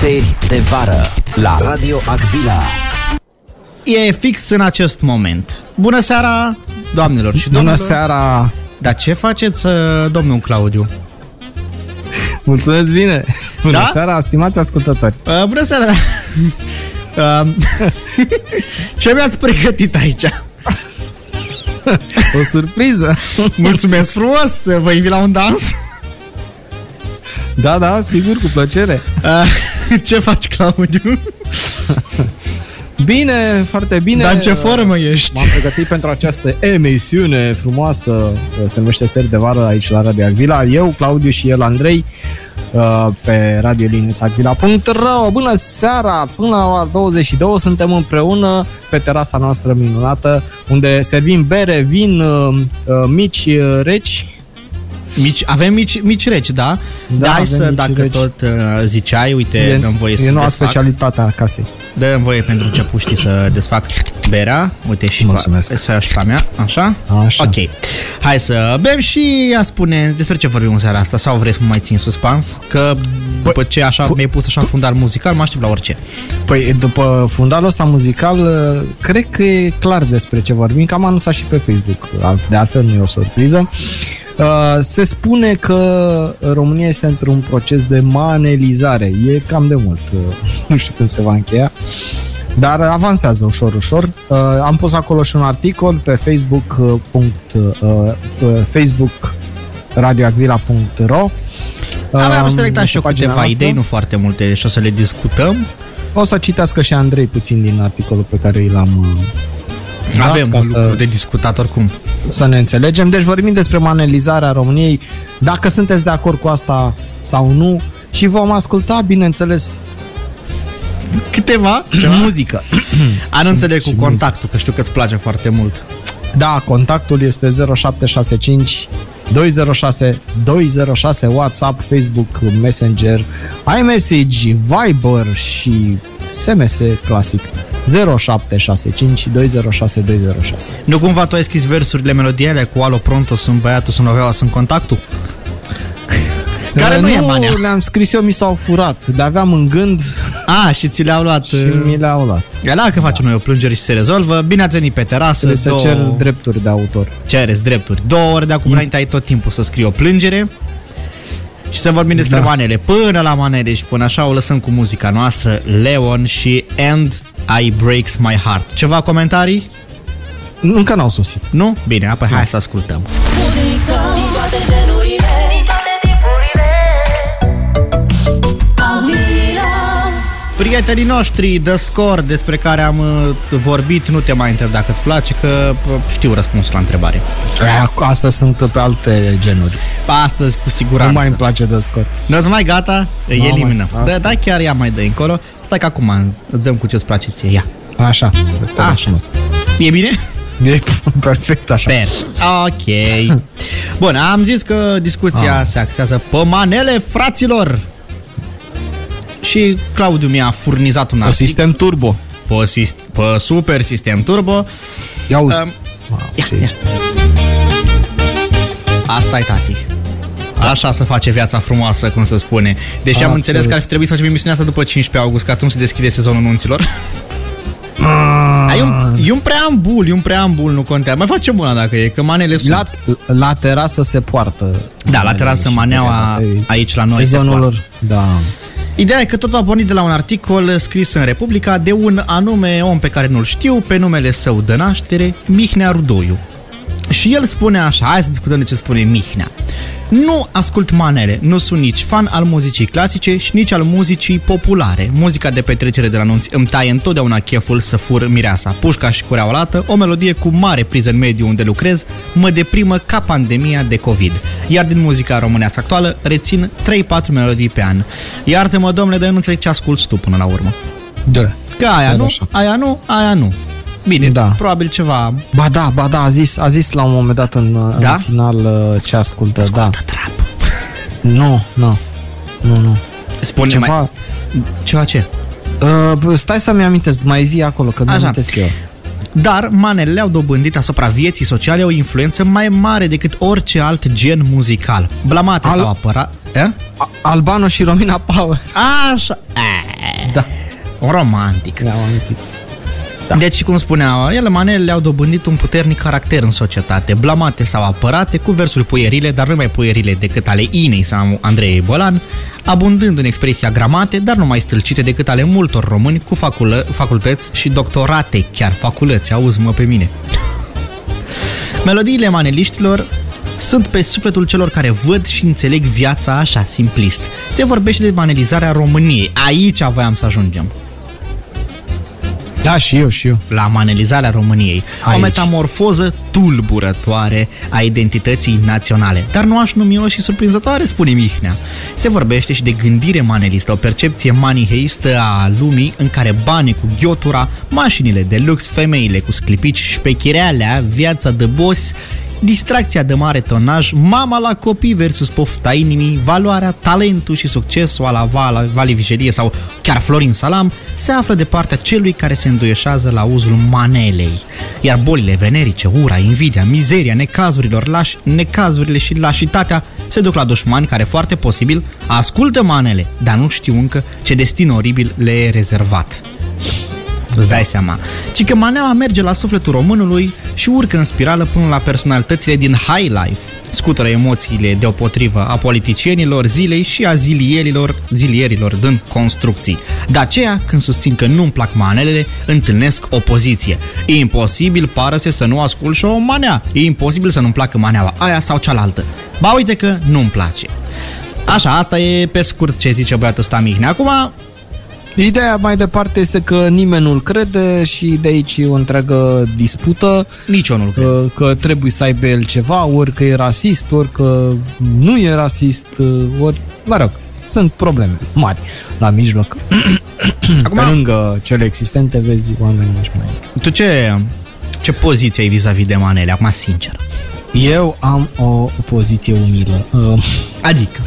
Seri de vară la Radio Agvila. E fix în acest moment. Bună seara, doamnelor și Bună domnilor. seara! Dar ce faceți, uh, domnul Claudiu? Mulțumesc bine! Bună Da? seara, stimați ascultători! Uh, bună seara! Uh, ce mi-ați pregătit aici? O surpriză! Mulțumesc frumos! Vă invit la un dans? Da, da, sigur, cu plăcere! Uh, ce faci, Claudiu? Bine, foarte bine! Dar în ce formă M-am ești? pregătit pentru această emisiune frumoasă, se numește Seri de Vară aici la Radio Agvila. Eu, Claudiu și el, Andrei, uh, pe radiolinusagvila.ro Bună seara! Până la ora 22 suntem împreună pe terasa noastră minunată, unde servim bere, vin, uh, mici, uh, reci, Mici, avem mici, mici reci, da? Da, hai avem să, mici dacă reci. tot uh, ziceai, uite, E- dăm voie E să noua desfac. specialitate a casei. Dăm voie pentru începuștii să desfac berea. Uite și Mulțumesc. Fa- să iau și fa mea, așa? Așa. Ok. Hai să bem și a spune despre ce vorbim în seara asta sau vrei să mă mai țin suspans? Că după ce așa mi-ai pus așa fundar muzical, mă aștept la orice. Păi după fundalul ăsta muzical, ă, cred că e clar despre ce vorbim, că am anunțat și pe Facebook, de altfel nu e o surpriză. Uh, Se spune că România este într-un proces de manelizare. E cam de mult. uh, Nu știu când se va încheia. Dar avansează ușor, ușor. Uh, Am pus acolo și un articol pe Facebook, uh, punct, uh, uh, Facebook radioagvila.ro Aveam Um, selectat și eu pe pagina câteva noastră. idei, nu foarte multe, și o să le discutăm. O să citească și Andrei puțin din articolul pe care i l-am uh, dat, Avem Da, ca un lucru să, de discutat oricum. să ne înțelegem. Deci vorbim despre manelizarea României, dacă sunteți de acord cu asta sau nu și vom asculta, bineînțeles, Câteva Ceva? muzică. A, nu înțeleg cu contactul, că știu că îți place foarte mult. Da, contactul este 0765 206 206 WhatsApp, Facebook, Messenger, iMessage, Viber și SMS clasic 0765 206 206. Nu cumva tu ai scris versurile, melodiele cu Alo Pronto, sunt băiatul, sunt noveaua, sunt contactul? Care Uh, nu e manea. le-am scris eu, mi s-au furat, dar aveam în gând A, și ți le-au luat... uh, și mi le-au luat. E la că facem noi o plângere și se rezolvă. Bine ați venit pe terasă. Trebuie să două... cer drepturi de autor. cereți drepturi. Două ore de acum înainte ai tot timpul să scrii o plângere și să vorbim despre da. Da. manele. Până la manele și până așa o lăsăm cu muzica noastră, Leon și And I Breaks My Heart. Ceva comentarii? Încă n-au sosit. Nu? Bine, apoi hai să ascultăm. muzică Din toate genurile Din toate tipurile Agvila Prietenii noștri, The Score, despre care am uh, vorbit, nu te mai întreb dacă îți place, că uh, știu răspunsul la întrebare. Asta sunt pe alte genuri. Astăzi, cu Nu siguranță. mai îmi place de scot. Nu mai gata, îi Mamă, elimină. asta. Da, da, chiar ea mai dă încolo. Stai că acum îți dăm cu ce-ți place ție, ia. Așa. Da, Ah. Așa. E bine? E perfect așa. Per. Ok. Bun, am zis că discuția ah. se axează pe manele fraților. Și Claudiu mi-a furnizat un Un articol sistem turbo. pe, sist- pe super sistem turbo. Ia auzi. Um, Mamă, Ia, ce- ia. Asta e tati. Așa se face viața frumoasă, cum se spune. Deși am Absolut. înțeles că ar fi trebuit să facem emisiunea asta după 15 august, că atunci se deschide sezonul nunților. A, e, un, e un preambul, e un preambul, nu contează. Mai facem una dacă e, că manele sunt. La, la terasă se poartă. Da, la terasă Și maneaua asta e aici la noi. se Sezonul poartă. lor. Da. Ideea e că tot a pornit de la un articol scris în Republica de un anume om pe care nu-l știu, pe numele său de naștere, Mihnea Rudoiu. Și el spune așa, hai să discutăm de ce spune Mihnea. Nu ascult manele, nu sunt nici fan al muzicii clasice și nici al muzicii populare. Muzica de petrecere de la anunți îmi taie întotdeauna cheful să fur mireasa, pușca și cureaua lată, o melodie cu mare priză în mediul unde lucrez, mă deprimă ca pandemia de COVID. Iar din muzica românească actuală rețin 3-4 melodii pe an. Iartă-mă, domnule, dar eu nu înțeleg ce asculti tu până la urmă. Da. Că aia Chiar nu, așa. aia nu, aia nu. Bine, da. Da. probabil ceva... Ba da, ba da, a zis, a zis la un moment dat în, Da? în final uh, ce ascultă, da. Ascultă trap. Nu, nu, nu, nu. Spune Ceva, mai... Ceva ce? Uh, stai să-mi amintesc, mai zi acolo, că Așa. mi-am eu. Dar manelele au dobândit asupra vieții sociale o influență mai mare decât orice alt gen muzical. Blamate Al- sau apărat... Eh? A- Albano și Romina Power. Așa... Eh. Un romantic. Ne-am amintit. Da. Deci, cum spunea el, manelele au dobândit un puternic caracter în societate, blamate sau apărate cu versuri puierile, dar nu mai puierile decât ale Inei sau Andrei Bălan, abundând în expresia gramate, dar nu mai stâlcite decât ale multor români cu faculă, facultăți și doctorate, chiar faculăți, auzi-mă pe mine. Melodiile maneliștilor sunt pe sufletul celor care văd și înțeleg viața așa simplist. Se vorbește de manelizarea României. Aici voiam să ajungem Da, și eu, și eu. la manelizarea României, Aici. Aici. o metamorfoză tulburătoare a identității naționale. Dar nu aș numi-o și surprinzătoare, spune Mihnea. Se vorbește și de gândire manelistă, o percepție maniheistă a lumii în care banii cu ghiotura, mașinile de lux, femeile cu sclipici, șpechirealea, viața de boss, distracția de mare tonaj, mama la copii versus pofta inimii, valoarea, talentul și succesul ala Vala, Vali Vigelie sau chiar Florin Salam se află de partea celui care se înduieșează la uzul manelei. Iar bolile venerice, ura, invidia, mizeria, necazurilor, laș, necazurile și lașitatea se duc la dușmani care foarte posibil ascultă manele, dar nu știu încă ce destin oribil le e rezervat. Îți dai seama. Ci că maneaua merge la sufletul românului și urcă în spirală până la personalitățile din high life. Scutură emoțiile deopotrivă a politicienilor zilei și a zilierilor, zilierilor din construcții. De aceea, când susțin că nu-mi plac manelele, întâlnesc opoziție. E imposibil, pară să nu ascult și o manea. E imposibil să nu-mi placă maneaua aia sau cealaltă. Ba uite că nu-mi place. Așa, asta e pe scurt ce zice băiatul ăsta Mihnea. Acum, Ideea mai departe este că nimeni nu-l crede și de aici e o întreagă dispută nici eu nu-l cred. că, că trebuie să aibă el ceva, ori că e rasist, ori că nu e rasist, ori... Mă rog, sunt probleme mari la mijloc. Acum... Pe lângă cele existente vezi oameni și mai... Tu ce, ce poziție ai vis-a-vis de manele, acum sincer? Eu am o poziție umilă. Uh, Adică?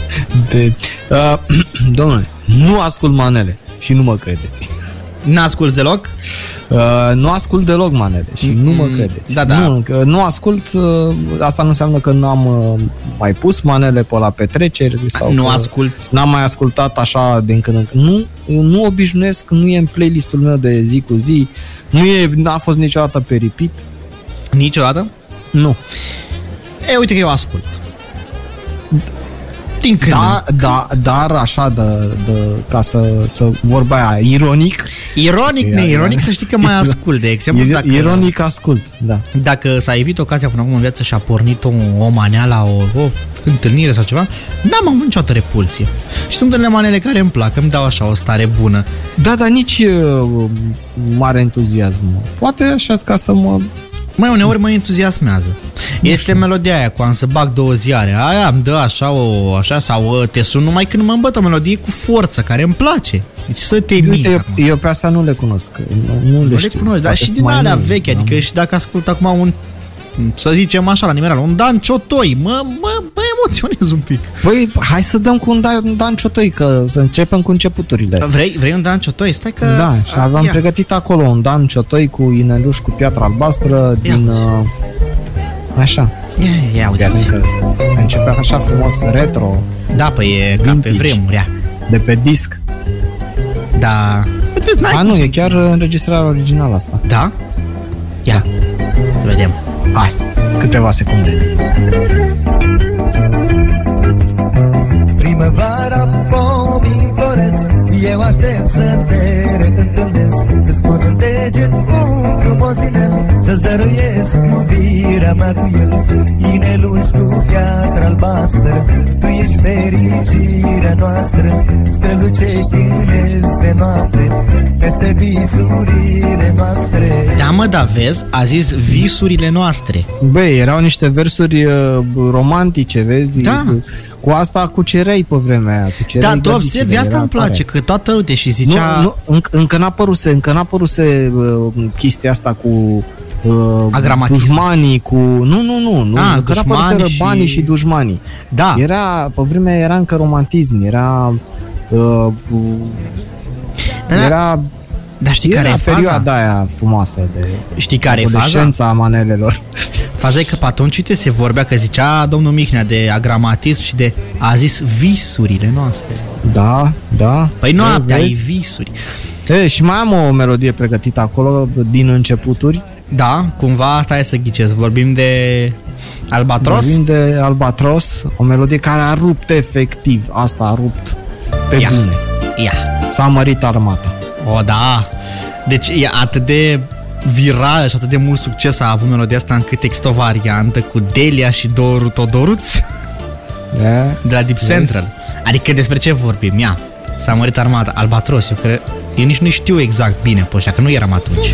De, uh, domnule, nu ascult manele și nu mă credeți. N-asculti deloc? Uh, nu ascult deloc manele și nu mă credeți. da, da. Nu, că nu ascult, uh, asta nu înseamnă că nu am uh, mai pus manele pe la petreceri sau nu că asculti? N-am mai ascultat așa din când în când. Nu, eu nu obișnuiesc, nu e în playlistul meu de zi cu zi, nu e, n-a fost niciodată pe repeat. Niciodată? Nu. E, uite că eu ascult. Din când Da, da, dar așa de, de ca să, să vorba aia, ironic, în- Ironic, Ia, neironic, ia. să știi că mai ascult, de exemplu, ir- dacă, ironic ascult, da. dacă s-a evit ocazia până acum în viață și a pornit o, o manea la o, o întâlnire sau ceva, n-am avut niciodată repulsie. Și sunt unele manele care îmi plac, îmi dau așa o stare bună. Da, dar nici uh, mare entuziasm. Poate așa ca să mă... Mai uneori mă entuziasmează. Este melodia aia cu am să bag două ziare. Aia îmi dă așa o, așa sau uh, te sun numai când mă îmbătă o melodie cu forță care îmi place. Deci să te mint Uite, eu, acum. eu, pe asta nu le cunosc. Nu, nu Nu le, le știu. cunoști, dar Poate și sunt din mai alea noi, vechi, da. adică și dacă ascult acum un să zicem așa la nimeral, un Dan Ciotoi, mă, mă, mă emoționez un pic. Păi, hai să dăm cu un Dan, un Dan Ciotoi, că să începem cu începuturile. Vrei, vrei un Dan Ciotoi? Stai că... Da, și aveam Da, Ia. pregătit acolo un Dan Ciotoi cu ineluș cu piatra albastră Ia din... uzi. Uh, așa. Ia, ia, auzi, auzi. Că începea așa frumos retro, Da, păi e ca pe Vintage. vremuri, ia. de pe disc. Da. Vezi, n-ai A, cum nu, să- e chiar uh, înregistrarea originală asta. Da? Ia, să vedem. Hai, câteva secunde. Primăvara pomii floresc Eu aștept să te reîntâlnesc Să spun în deget un frumos inel Să-ți dăruiesc iubirea mea cu el Inelul cu piatra albastră Tu ești fericirea noastră Strălucești inel de noapte Peste visurile noastre Da, mă, da, vezi, a zis visurile noastre. Băi, erau niște versuri uh, romantice, vezi? Da. Cu asta cucereai pe vremea aia. Cucereai Da, tu găticile, observi, asta era îmi place, tare. că toată uite și Nu, zicea... nu, înc- încă n-a păruse, încă n-a păruse uh, chestia asta cu uh, Agramatism. dușmanii, cu... Nu, nu, nu, nu Ah, încă n-a dușmanii păruseră și- banii și dușmanii. Da, Era, pe vremea era încă romantism, era... Uh, Era- era Da, dar știi era care e faza? perioada aia frumoasă de Știi care e faza? adolescența a manelelor. Faza e că pe atunci, uite, se vorbea că zicea domnul Mihnea de agramatism și de a zis visurile noastre. Da, da. Păi Ei, noaptea ai vezi? visuri. E, și mai am o melodie pregătită acolo din începuturi. Da, cumva stai să ghicesc. Vorbim de Albatros? Vorbim de Albatros, o melodie care a rupt efectiv. Asta a rupt pe Ia. bine. Ia. S-a mărit armata. O, da. Deci e atât de virală și atât de mult succes a avut melodia asta încât există o variantă cu Delia și Doru Todoruț E, de la Deep Central. Adică despre ce vorbim? Ia. S-a mărit armata, Albatros, eu cred... Eu nici nu știu exact bine pe ăștia, că nu eram atunci.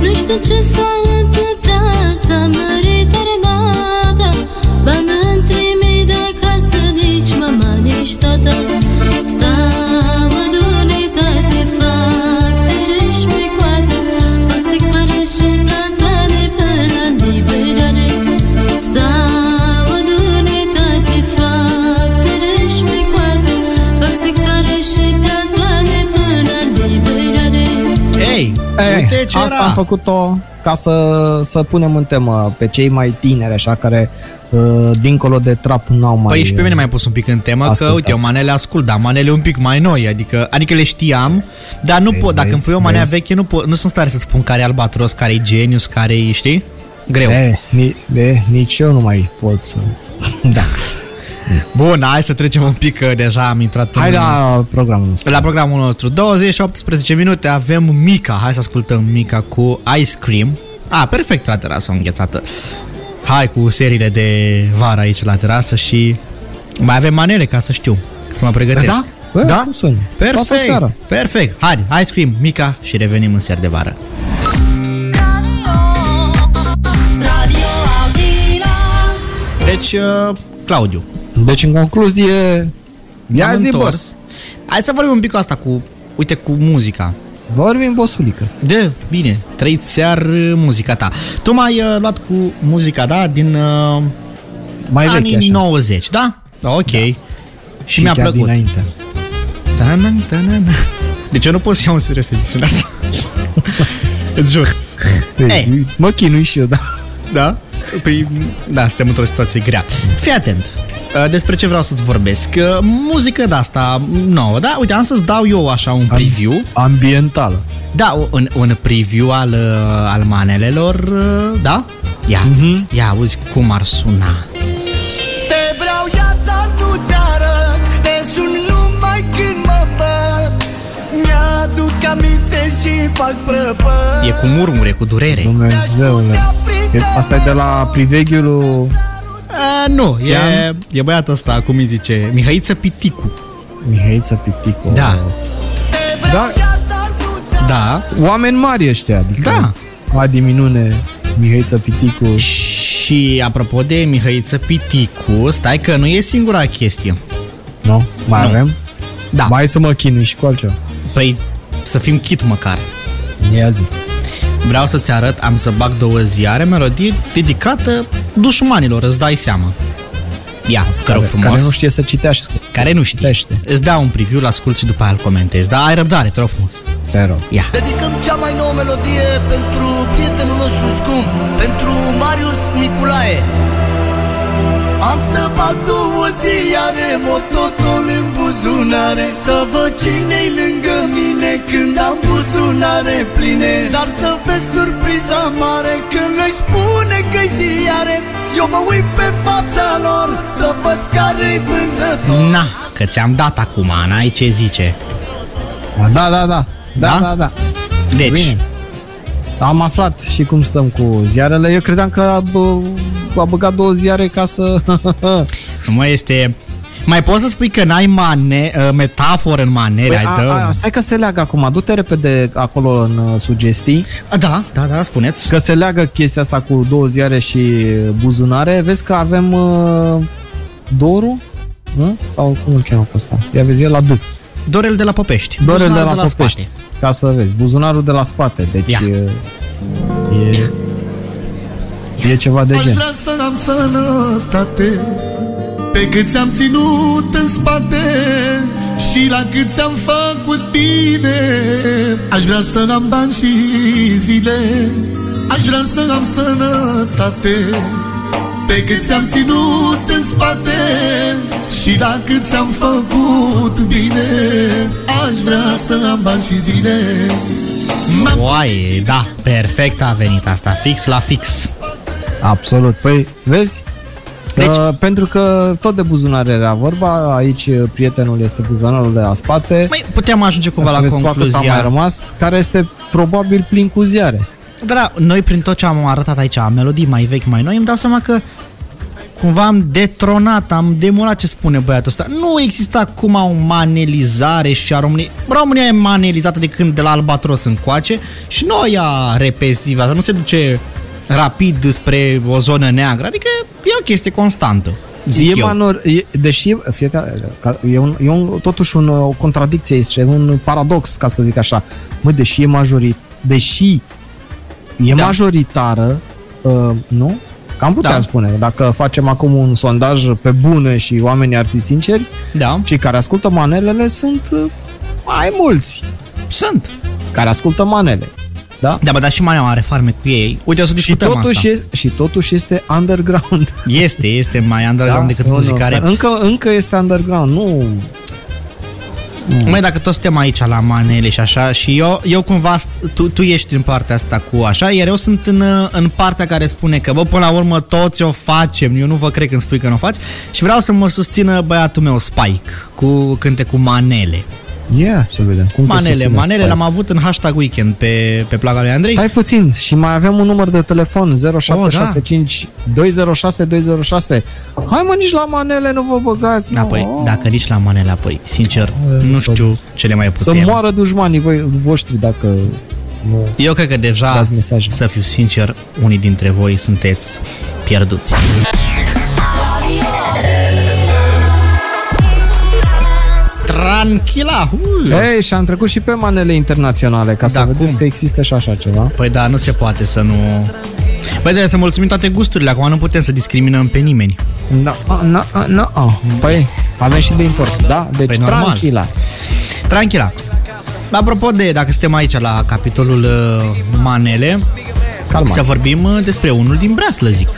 Nu știu ce s-a întâmplat S-a mărit armata Bani îmi trimit de acasă Nici mama, nici tata Stau în unitate Fac tărâși pe coadă În sectoare și platoane Până la liberare Stau în unitate Fac tărâși pe coadă Fac sectoare și platoane Până la liberare Ei, e, uite ce Eh, asta era. am făcut-o ca să, să punem în temă pe cei mai tineri, așa, care uh, dincolo de trap n-au mai... Păi și pe mine m-ai pus un pic în temă ascultat. că, uite, eu manele ascult, dar manele un pic mai noi, adică, adică le știam, dar nu pot, dacă vezi, îmi pui o manea vezi. veche, nu, pot, nu sunt stare să spun care e albatros, care e genius, care e, știi? Greu. E, eh, ni, e, nici eu nu mai pot să... da. Bun, hai să trecem un pic, că deja am intrat Hai în, la programul nostru. la programul nostru. 20 și 18 minute, avem Mica, hai să ascultăm Mica cu Ice Cream. A, perfect la terasă înghețată. Hai cu seriile de vară aici la terasă și mai avem manele ca să știu, să mă pregătesc. Da? Bă, da? cum sună? Toată Perfect, seara. perfect. Hai, hai scrim Mica și revenim în seară de vară. Radio Aguila Deci, uh, Claudiu, Deci, în concluzie, ia am zi, întors. boss. Hai să vorbim un pic cu asta cu, uite, cu muzica. Vorbim, bossulică. De, bine, trei sear muzica ta. Tu m-ai uh, luat cu muzica, da, din uh, Mai vechi, anii așa. 90, da? Ok. Și, Și mi-a chiar plăcut. Dinainte. Tanan, tanan. Deci eu nu pot să iau în serios emisiunea asta. Îți jur. Ei. Ei. Mă chinui și eu, da. Da? Păi, da, suntem într-o situație grea. Fii atent. Uh, Despre ce vreau să-ți vorbesc. Uh, Muzică de asta nouă, da? Uite, am să-ți dau eu așa un preview. Ambientală. Da, un, un preview al, uh, al manelelor, uh, da? Ia, uh-huh. ia auzi cum ar suna. Te vreau iar, dar nu ți-arăt Te sun numai când mă bat Mi-aduc aminte și fac prăpăt E cu murmure, cu durere. Uh, Dumnezeule. E- Asta e de la priveghiul lui- nu, e, e băiatul ăsta, cum îi zice, Mihaiță Piticu. Mihaița Pitico. Da. da. Da, Oameni mari ăștia, adică. Da. Adi Minune, Mihaița Piticu. și apropo de Mihaiță Piticu, stai că nu e singura chestie. Nu? Mai Nu. avem? Da. Mai să mă chinui și cu altceva. Păi, să fim chit măcar. Ia zi. Vreau să-ți arăt, am să bag două ziare, melodie dedicată dușmanilor, îți dai seama. Ia, te rog Care, frumos. care nu știe să citească. Care nu știe. Citește. Îți dau un preview, l ascult și după aia îl comentez. Da, ai răbdare, te rog frumos. Te rog. Ia. Dedicăm cea mai nouă melodie pentru prietenul nostru scump, pentru Marius Niculae. Am să bag două ziare, mă totul în buzunare Să văd cine-i lângă mine când am buzunare pline Dar să vezi surpriza mare când îi spune că-i ziare Eu mă uit pe fața lor să văd care-i vânzător Na, că ți-am dat acum, n-ai ce zice. Da, da, da. Da? Da, da, da. Deci, Bine. Am aflat și cum stăm cu ziarele. Eu credeam că bă, a băgat două ziare ca să... nu mai este... Mai poți să spui că n-ai mane, uh, metaforă în manere, ai dă... Păi a, a, stai că se leagă acum. Du-te repede acolo în uh, sugestii. A, Da, da, da, spuneți. Că se leagă chestia asta cu două ziare și buzunare. Vezi că avem uh, Doru? Nu? Sau cum îl cheamă pe ăsta? Ia vezi, e la D. Dorel de la Popești. Dorel Buzunarul de la, la Popești. spate. Ca să vezi. Buzunarul de la spate. Deci... Ia. uh, E, e ceva de Aș gen. vrea să am sănătate Pe cât am ținut în spate Și la cât am făcut bine Aș vrea să am bani și zile Aș vrea să am sănătate pe Pe cât ți-am ținut în spate Și la cât ți-am făcut bine Aș vrea să am bani și zile M-am Oaie, da, perfect a venit asta, fix la fix. Absolut. Păi, vezi? Deci- Deci... Uh, pentru că tot de buzunar era vorba, aici uh, prietenul este buzunarul de la spate. Mai putem ajunge cumva Să la vezi cu atât a mai concluzia. rămas, care este probabil plin cu ziare. Dar da, noi prin tot ce am arătat aici, melodii mai vechi, mai noi, îmi dau seama că cumva am detronat, am demolat ce spune băiatul ăsta. Nu exista acum o manelizare și a României. România e manelizată de când de la Albatros încoace și nu o ia repesivă, asta nu se duce rapid spre o zonă neagră, adică e o chestie constantă. Zic e eu. manor, e, deși e, fie, ca- e, un, e un, totuși un, o contradicție, este un paradox, ca să zic așa. Mă, deși e majorit, deși e Da. da. majoritară, uh, nu? Cam putea Da. da. spune. Dacă facem acum un sondaj pe bune și oamenii ar fi sinceri, Da, cei care ascultă manelele sunt uh, mai mulți sunt. care ascultă manele. Da? Da, bă, dar și mai are farme cu ei. Uite, o să Și discutăm totuși, asta. e, și totuși este underground. Este, este mai underground da, decât Nu, nu, muzicare. Încă, încă este underground, nu Măi, dacă toți suntem aici la manele și așa și eu, eu cumva, st- tu, tu ești în partea asta cu așa, iar eu sunt în, uh, în partea care spune că, bă, până la urmă toți o facem, eu nu vă cred când spui că nu o faci și vreau să mă susțină băiatul meu, Spike, cu cânte cu manele. Ia, să vedem. Cum te Manele, susține manele Spike? l-am avut în hashtag weekend pe, pe plaga lui Andrei. Stai puțin și mai avem un număr de Oh, da. telefon 0765 206 206 Hai mă, nici la manele nu vă băgați Da, mă. păi, dacă nici la manele, apoi, sincer, nu să- știu ce le mai Să putem. moară dușmanii voi, voștri dacă nu. Eu cred că deja, Dați mesaje. să fiu sincer, unii dintre voi sunteți pierduți. Tranquila! Ul. Ei, și am trecut și pe manele internaționale Ca să Da, vedeți cum? că există și așa ceva Păi da, nu se poate să nu... Băi, trebuie să mulțumim toate gusturile, acum nu putem să discriminăm pe nimeni. Da. Na, na, na, na. Păi, avem și de import Da? Deci Păi, normal. tranquila Tranquila! Apropo de, dacă suntem aici la capitolul uh, manele, Calmați. să vorbim uh, despre unul din Breaslă, zic.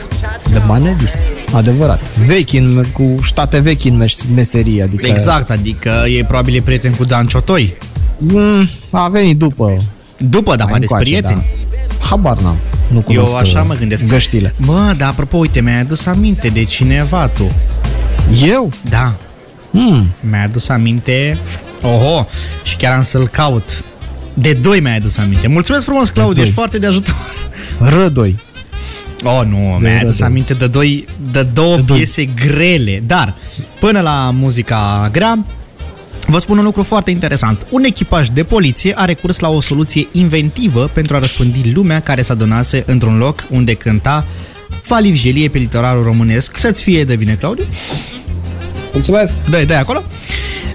De manelist, adevărat Vechi în, cu state vechi în mes- meserie adică, Exact, adică e probabil e prieten cu Dan Ciotoi. Mm, A venit după După, da, mai despre încoace, prieteni. Da. Habar n-am. Nu cunosc Eu așa uh, mă gândesc. Găștile. Bă, dar apropo, uite, mi-ai adus aminte de cineva tu. uh, Eu? Da, Mm. mi-ai adus aminte. Oho, și chiar am să-l caut. De doi mi-ai adus aminte. Mulțumesc frumos, Claudiu, doi. ești foarte de ajutor. Rădoi. Oh, nu, mi-ai adus rău. aminte de, doi, de două de piese grele. Dar, până la muzica grea, vă spun un lucru foarte interesant. Un echipaj de poliție a recurs la o soluție inventivă pentru a răspândi lumea care s-a adunase într-un loc unde cânta Falivgelie pe litoralul românesc. Să-ți fie de bine, Claudiu. Mulțumesc. Dă-i, dă-i acolo.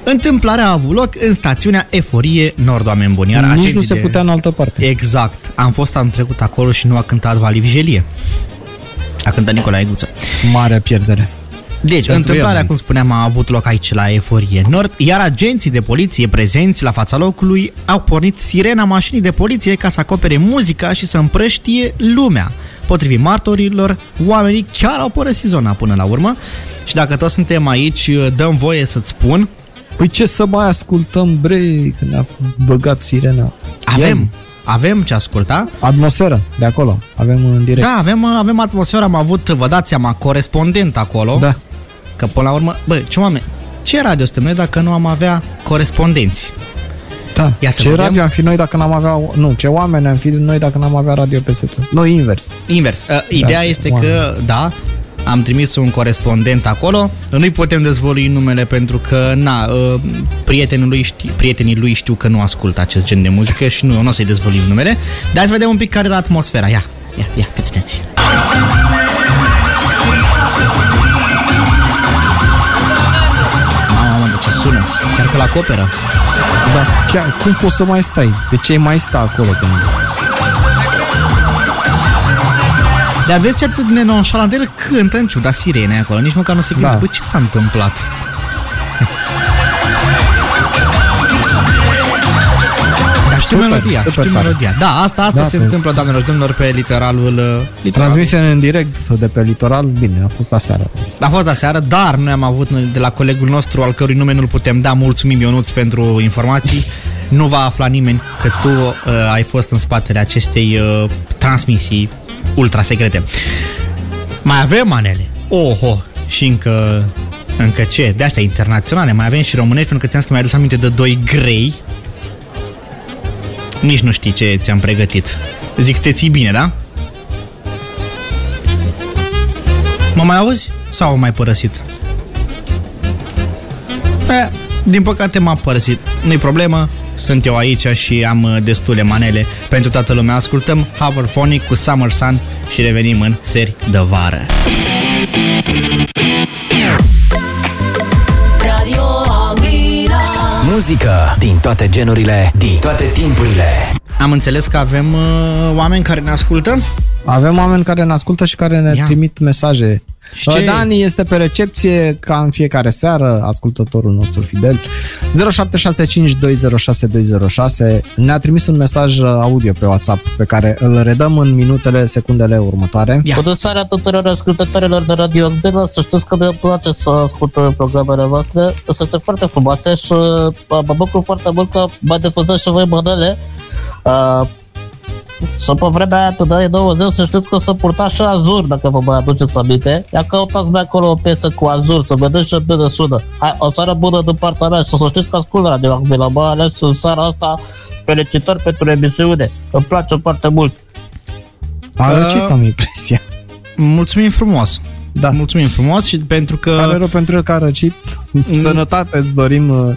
Întâmplarea a avut loc în stațiunea Eforie Nord-Oameni Buni. Iar Nici nu agenții se de- putea în altă parte. Exact. Am fost anul trecut acolo și nu a cântat Vali Vigelie. A cântat Nicolae Guță. Mare pierdere. Deci, Pentru întâmplarea, el. cum spuneam, a avut loc aici la Eforie Nord, iar agenții de poliție prezenți la fața locului au pornit sirena mașinii de poliție ca să acopere muzica și să împrăștie lumea. Potrivit martorilor, oamenii chiar au părăsit zona până la urmă și dacă toți suntem aici, dăm voie să-ți spun, Păi ce să mai ascultăm, bre, că ne-a băgat sirena. avem, Ia-zi. avem ce asculta, Atmosferă de acolo. Avem în direct. Da, avem, avem atmosfera, am avut, vă dați seama, corespondent acolo. Da. Că până la urmă, bă, ce oameni, ce radio suntem noi dacă nu am avea corespondenți? da. Ia să ce vedem. radio am fi noi dacă n-am avea... Nu, ce oameni am fi noi dacă n-am avea radio peste tot. Noi invers. Invers. Uh, ideea da, este oameni. că, da, am trimis un corespondent acolo, nu-i putem dezvălui numele pentru că, na, uh, prietenii lui, ști, prietenii lui știu că nu ascultă acest gen de muzică și nu, nu o să-i dezvăluim numele. Dar hai să vedem un pic care era atmosfera. Ia, ia, ia, fiți Mamă, mamă, de ce sună? Chiar că la acoperă. Dar chiar, cum poți să mai stai? De ce ai mai sta acolo? Când... Dar vezi ce atât de nonșalant el cântă în ciuda sirenei acolo, nici măcar nu se gândește, Da. bă, ce s-a întâmplat? Dar știu super, melodia, super știu tare. melodia. Da, asta, asta Da, da, se pe- întâmplă, doamnelor și domnilor, pe literalul... uh, literalul. Transmisiune în direct de pe litoral, bine, a fost aseară. A fost aseară, dar noi am avut de la colegul nostru, al cărui nume nu-l putem da, mulțumim Ionuț pentru informații. Nu va afla nimeni că tu uh, ai fost în spatele acestei uh, transmisii ultra secrete. Mai avem manele. Oho, și încă încă ce? De astea internaționale, mai avem și românești, pentru că ți-am zis că mi-ai adus aminte de doi grei. Nici nu știi ce ți-am pregătit. Zic, te ții bine, da? Mă mai auzi? Sau am mai părăsit? E, din păcate m-a părăsit. Nu-i problemă, sunt eu aici și am uh, destule manele. Pentru toată lumea ascultăm Hoverphonic cu Summer Sun și revenim în seri de vară. Radio Aguila Muzică din toate genurile, din toate timpurile. Am înțeles că avem uh, oameni care ne ascultă? Avem oameni care ne ascultă și care ne Ia. Ia. trimit mesaje. Și ce- Dani este pe recepție ca în fiecare seară, ascultătorul nostru fidel. 0765206206 ne-a trimis un mesaj audio pe WhatsApp pe care îl redăm în minutele, secundele următoare. Ia. Bună seara tuturor ascultătorilor de Radio Agbela, să știți că mi-e place să ascult uh, programele voastre, sunt foarte frumoase și uh, mă bucur foarte mult că mă difuzați și voi mânele. Uh, și pe vremea aia, în anii 90, să știți că se purta și Azur, dacă vă mai aduceți aminte. Ia căutați mai acolo o piesă cu Azur, să vedeți ce bine sună. Hai, o seară bună din partea mea și să știți că ascult Radio Agbela, mai ales în seara asta. Felicitări pentru emisiune, îmi place foarte mult. A răcit, am impresia. Mulțumim frumos! Da. Mulțumim frumos și pentru Pare că... rău pentru el că a răcit. Mm. Sănătate, îți dorim uh,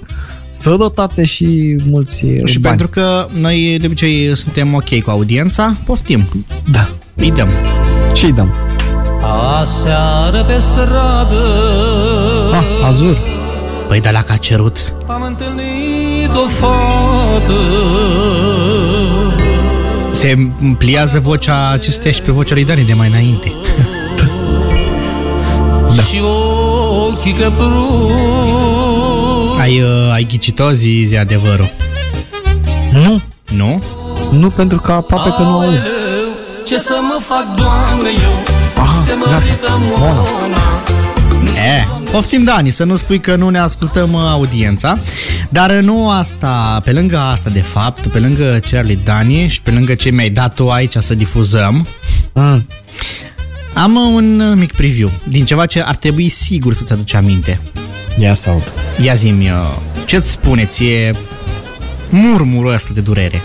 sănătate și mulți Și bani. pentru că noi de obicei suntem ok cu audiența, poftim, Da, îi dăm. și dăm. Aseară pe stradă Ah, azur. Păi de la că a cerut. Am întâlnit o fată Se pliază vocea acestea și pe vocea lui Dani de mai înainte. da. Și ochii căpruni Ai, uh, ai ghicit-o zi, zi adevărul, Nu, nu? nu pentru că aproape că nu aud. Aoleu, Ce să mă fac, Doamne, eu Aha, Se gata. mărită Bona. Mona E, Eh, poftim Dani, să nu spui că nu ne ascultăm uh, audiența Dar uh, nu asta, pe lângă asta de fapt, pe lângă cererea lui Dani și pe lângă ce mi-ai dat tu aici să difuzăm Mm. Am uh, un uh, mic preview din ceva ce ar trebui sigur să-ți aduci aminte Ia să aud. Ia zi-mi, uh, ce-ți spune ție murmurul ăsta de durere?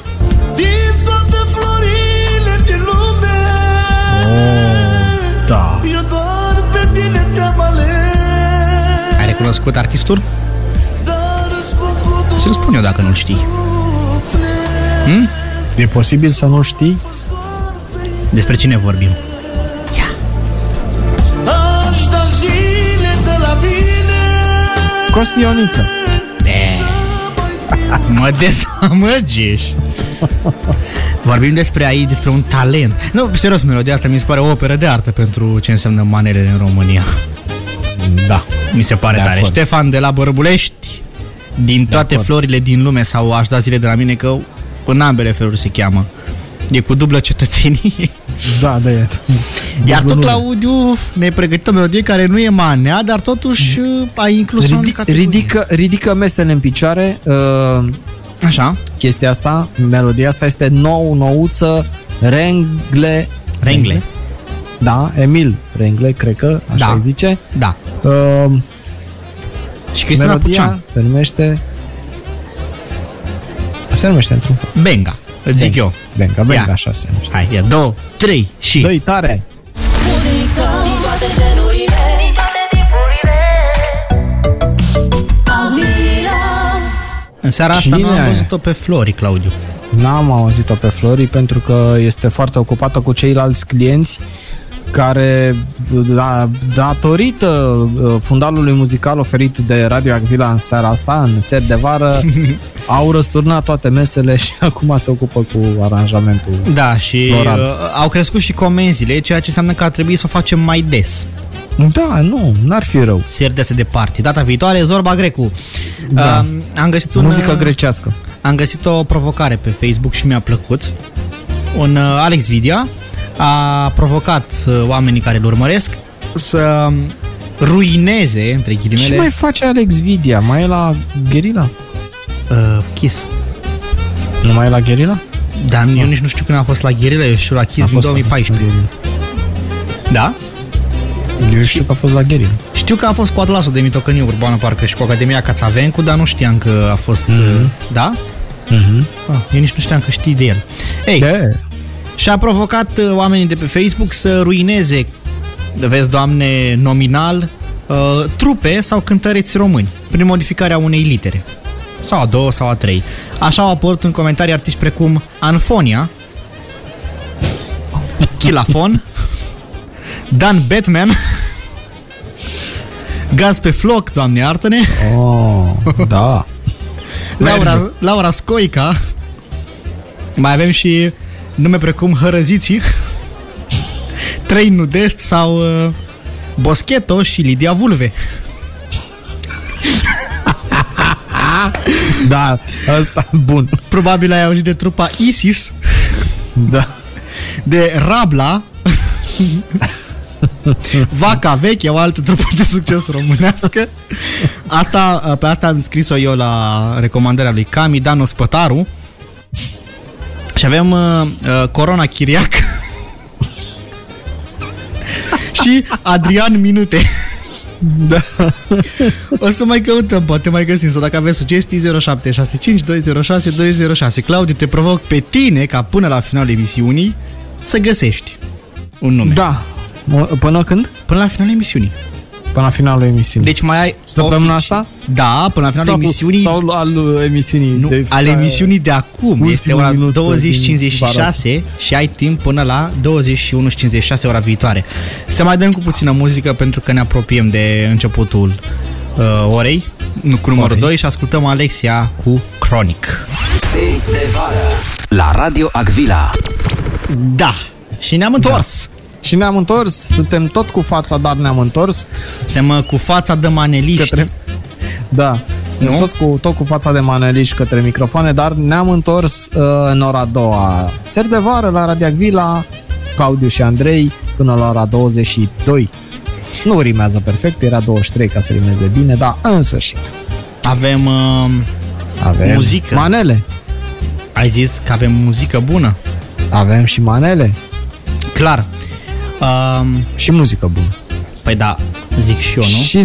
Din toate florile din lume Oh, Da. Eu doar pe tine te-am Ai ales recunoscut artistul? Dar îți spun Ți-l spun eu dacă nu-l știi E posibil să nu știi? Despre cine vorbim? Aș da zile de la mine Costi Ioniță. E, mă dezamăgești. Vorbim despre aici, despre un talent. Nu, serios, melodia asta mi se pare o operă de artă pentru ce înseamnă manele în România. Da. Mi se pare De tare. acord. Ștefan de la Bărbulești, din toate acord. florile din lume, sau aș da zile de la mine că în ambele feluri se cheamă. E cu dublă cetățenie. Da, de e. Iar tot la audio ne pregătim o melodie care nu e manea, dar totuși uh, ai inclus-o în Mm. Ridic, categorie. ridică, ridică mesele în picioare. Uh, Așa. chestia asta, melodia asta este nou, nouță, Rengle. Rengle. Da, Emil Rengle, cred că, așa Da. da. îi zice. Da. Uh, Și Cristina melodia Pucean. se numește... Se numește într-un fel. Benga. Îl zic eu. Benga, Ia. benga, așa se numește. Hai, ia, două, trei și... Dă-i tare! Muzică Din toate genurile Din toate timpurile Aguila În seara asta Cine nu am e? văzut-o pe Flori, Claudiu. N-am auzit-o pe Flori pentru că este foarte ocupată cu ceilalți clienți care, da, datorită uh, fundalului muzical oferit de Radio Agvila în seara asta, în ser de vară, au răsturnat toate mesele și acum se ocupă cu aranjamentul. Da, și uh, Floral. au crescut și comenzile, ceea ce înseamnă că ar trebui să o facem mai des. Da, nu, n-ar fi rău. Seri dese de party. Data viitoare, Zorba Grecu. Da. Uh, am găsit un... Muzică uh, grecească. Am Am găsit o provocare pe Facebook și mi-a plăcut. Un uh, Alex Vidia a provocat uh, oamenii care îl urmăresc să um, ruineze, între Ce ghilimele, mai face Alex Vidia? Mai e la Gherila? uh, Kiss. Nu mai e la Gherila? Dar eu nici nu știu când a fost la Gherila, eu știu la Kiss din 2014. Da? Eu știu că a fost la Gherila. Știu că a fost cu Atlasul de mitocănie urbană, parcă și cu Academia Cațavencu, dar nu știam că a fost... Mm-hmm. Da? Mhm. Ah, eu nici nu știam că știi de el. Ei, Ce? Și a provocat uh, oamenii de pe Facebook să ruineze, vezi, doamne, nominal, uh, trupe sau cântăreți români, prin modificarea unei litere. Sau a două sau a trei. Așa au apărut în comentarii artiști precum Anfonia, Chilafon, Dan Batman, Gaz pe floc, doamne iartă-ne, Oh, da. Laura, Laura Scoica, mai avem și nume precum Hărăziții, Trei Nudest sau uh, Boscheto și Lidia Vulve. Da, asta, bun. Probabil ai auzit de trupa ISIS, Da. de Rabla, Vaca veche, o altă trupă de succes românească. Asta, uh, pe asta am scris-o eu la recomandarea lui Cami Danu Spătaru. Și avem uh, uh, Corona Chiriac. și Adrian Minute. Da. O să mai căutăm, poate mai găsim sau dacă aveți sugestii 0765 206 206. Claudiu, te provoc pe tine ca până la finalul emisiunii să găsești un nume. Da. Mă- Până când? Până la finalul emisiunii. Până la finalul emisiunii. Deci mai ai... Săptămâna ofici- asta? Da, până la finalul Sau- emisiunii... Sau... Sau al uh, emisiunii. Nu, de- ale emisiunii de acum este ultimul ora minut din 20.56 și ai timp până la 21.56 ora viitoare. Să mai dăm cu puțină muzică pentru că ne apropiem de începutul uh, orei, nu, cu numărul 2 și ascultăm Alexia cu Chronic. Se de vară La Radio Agvila Da, și ne-am întors. Și ne-am întors, suntem tot cu fața, dar ne-am întors. Suntem uh, cu fața de maneliști. Către- Da. Nu? Nu? Tot cu, tot cu fața de maneliști către microfoane, dar ne-am întors uh, în ora a doua. Ser de vară la Radio Vila, Claudiu și Andrei, până la ora 22. Nu rimează perfect, era 23 ca să rimeze bine, dar în sfârșit. Avem... Uh, Avem Muzică. manele. ai zis că avem muzică bună? Avem și manele. Clar. Um, Și muzică bună. Păi da, zic și eu, nu? Și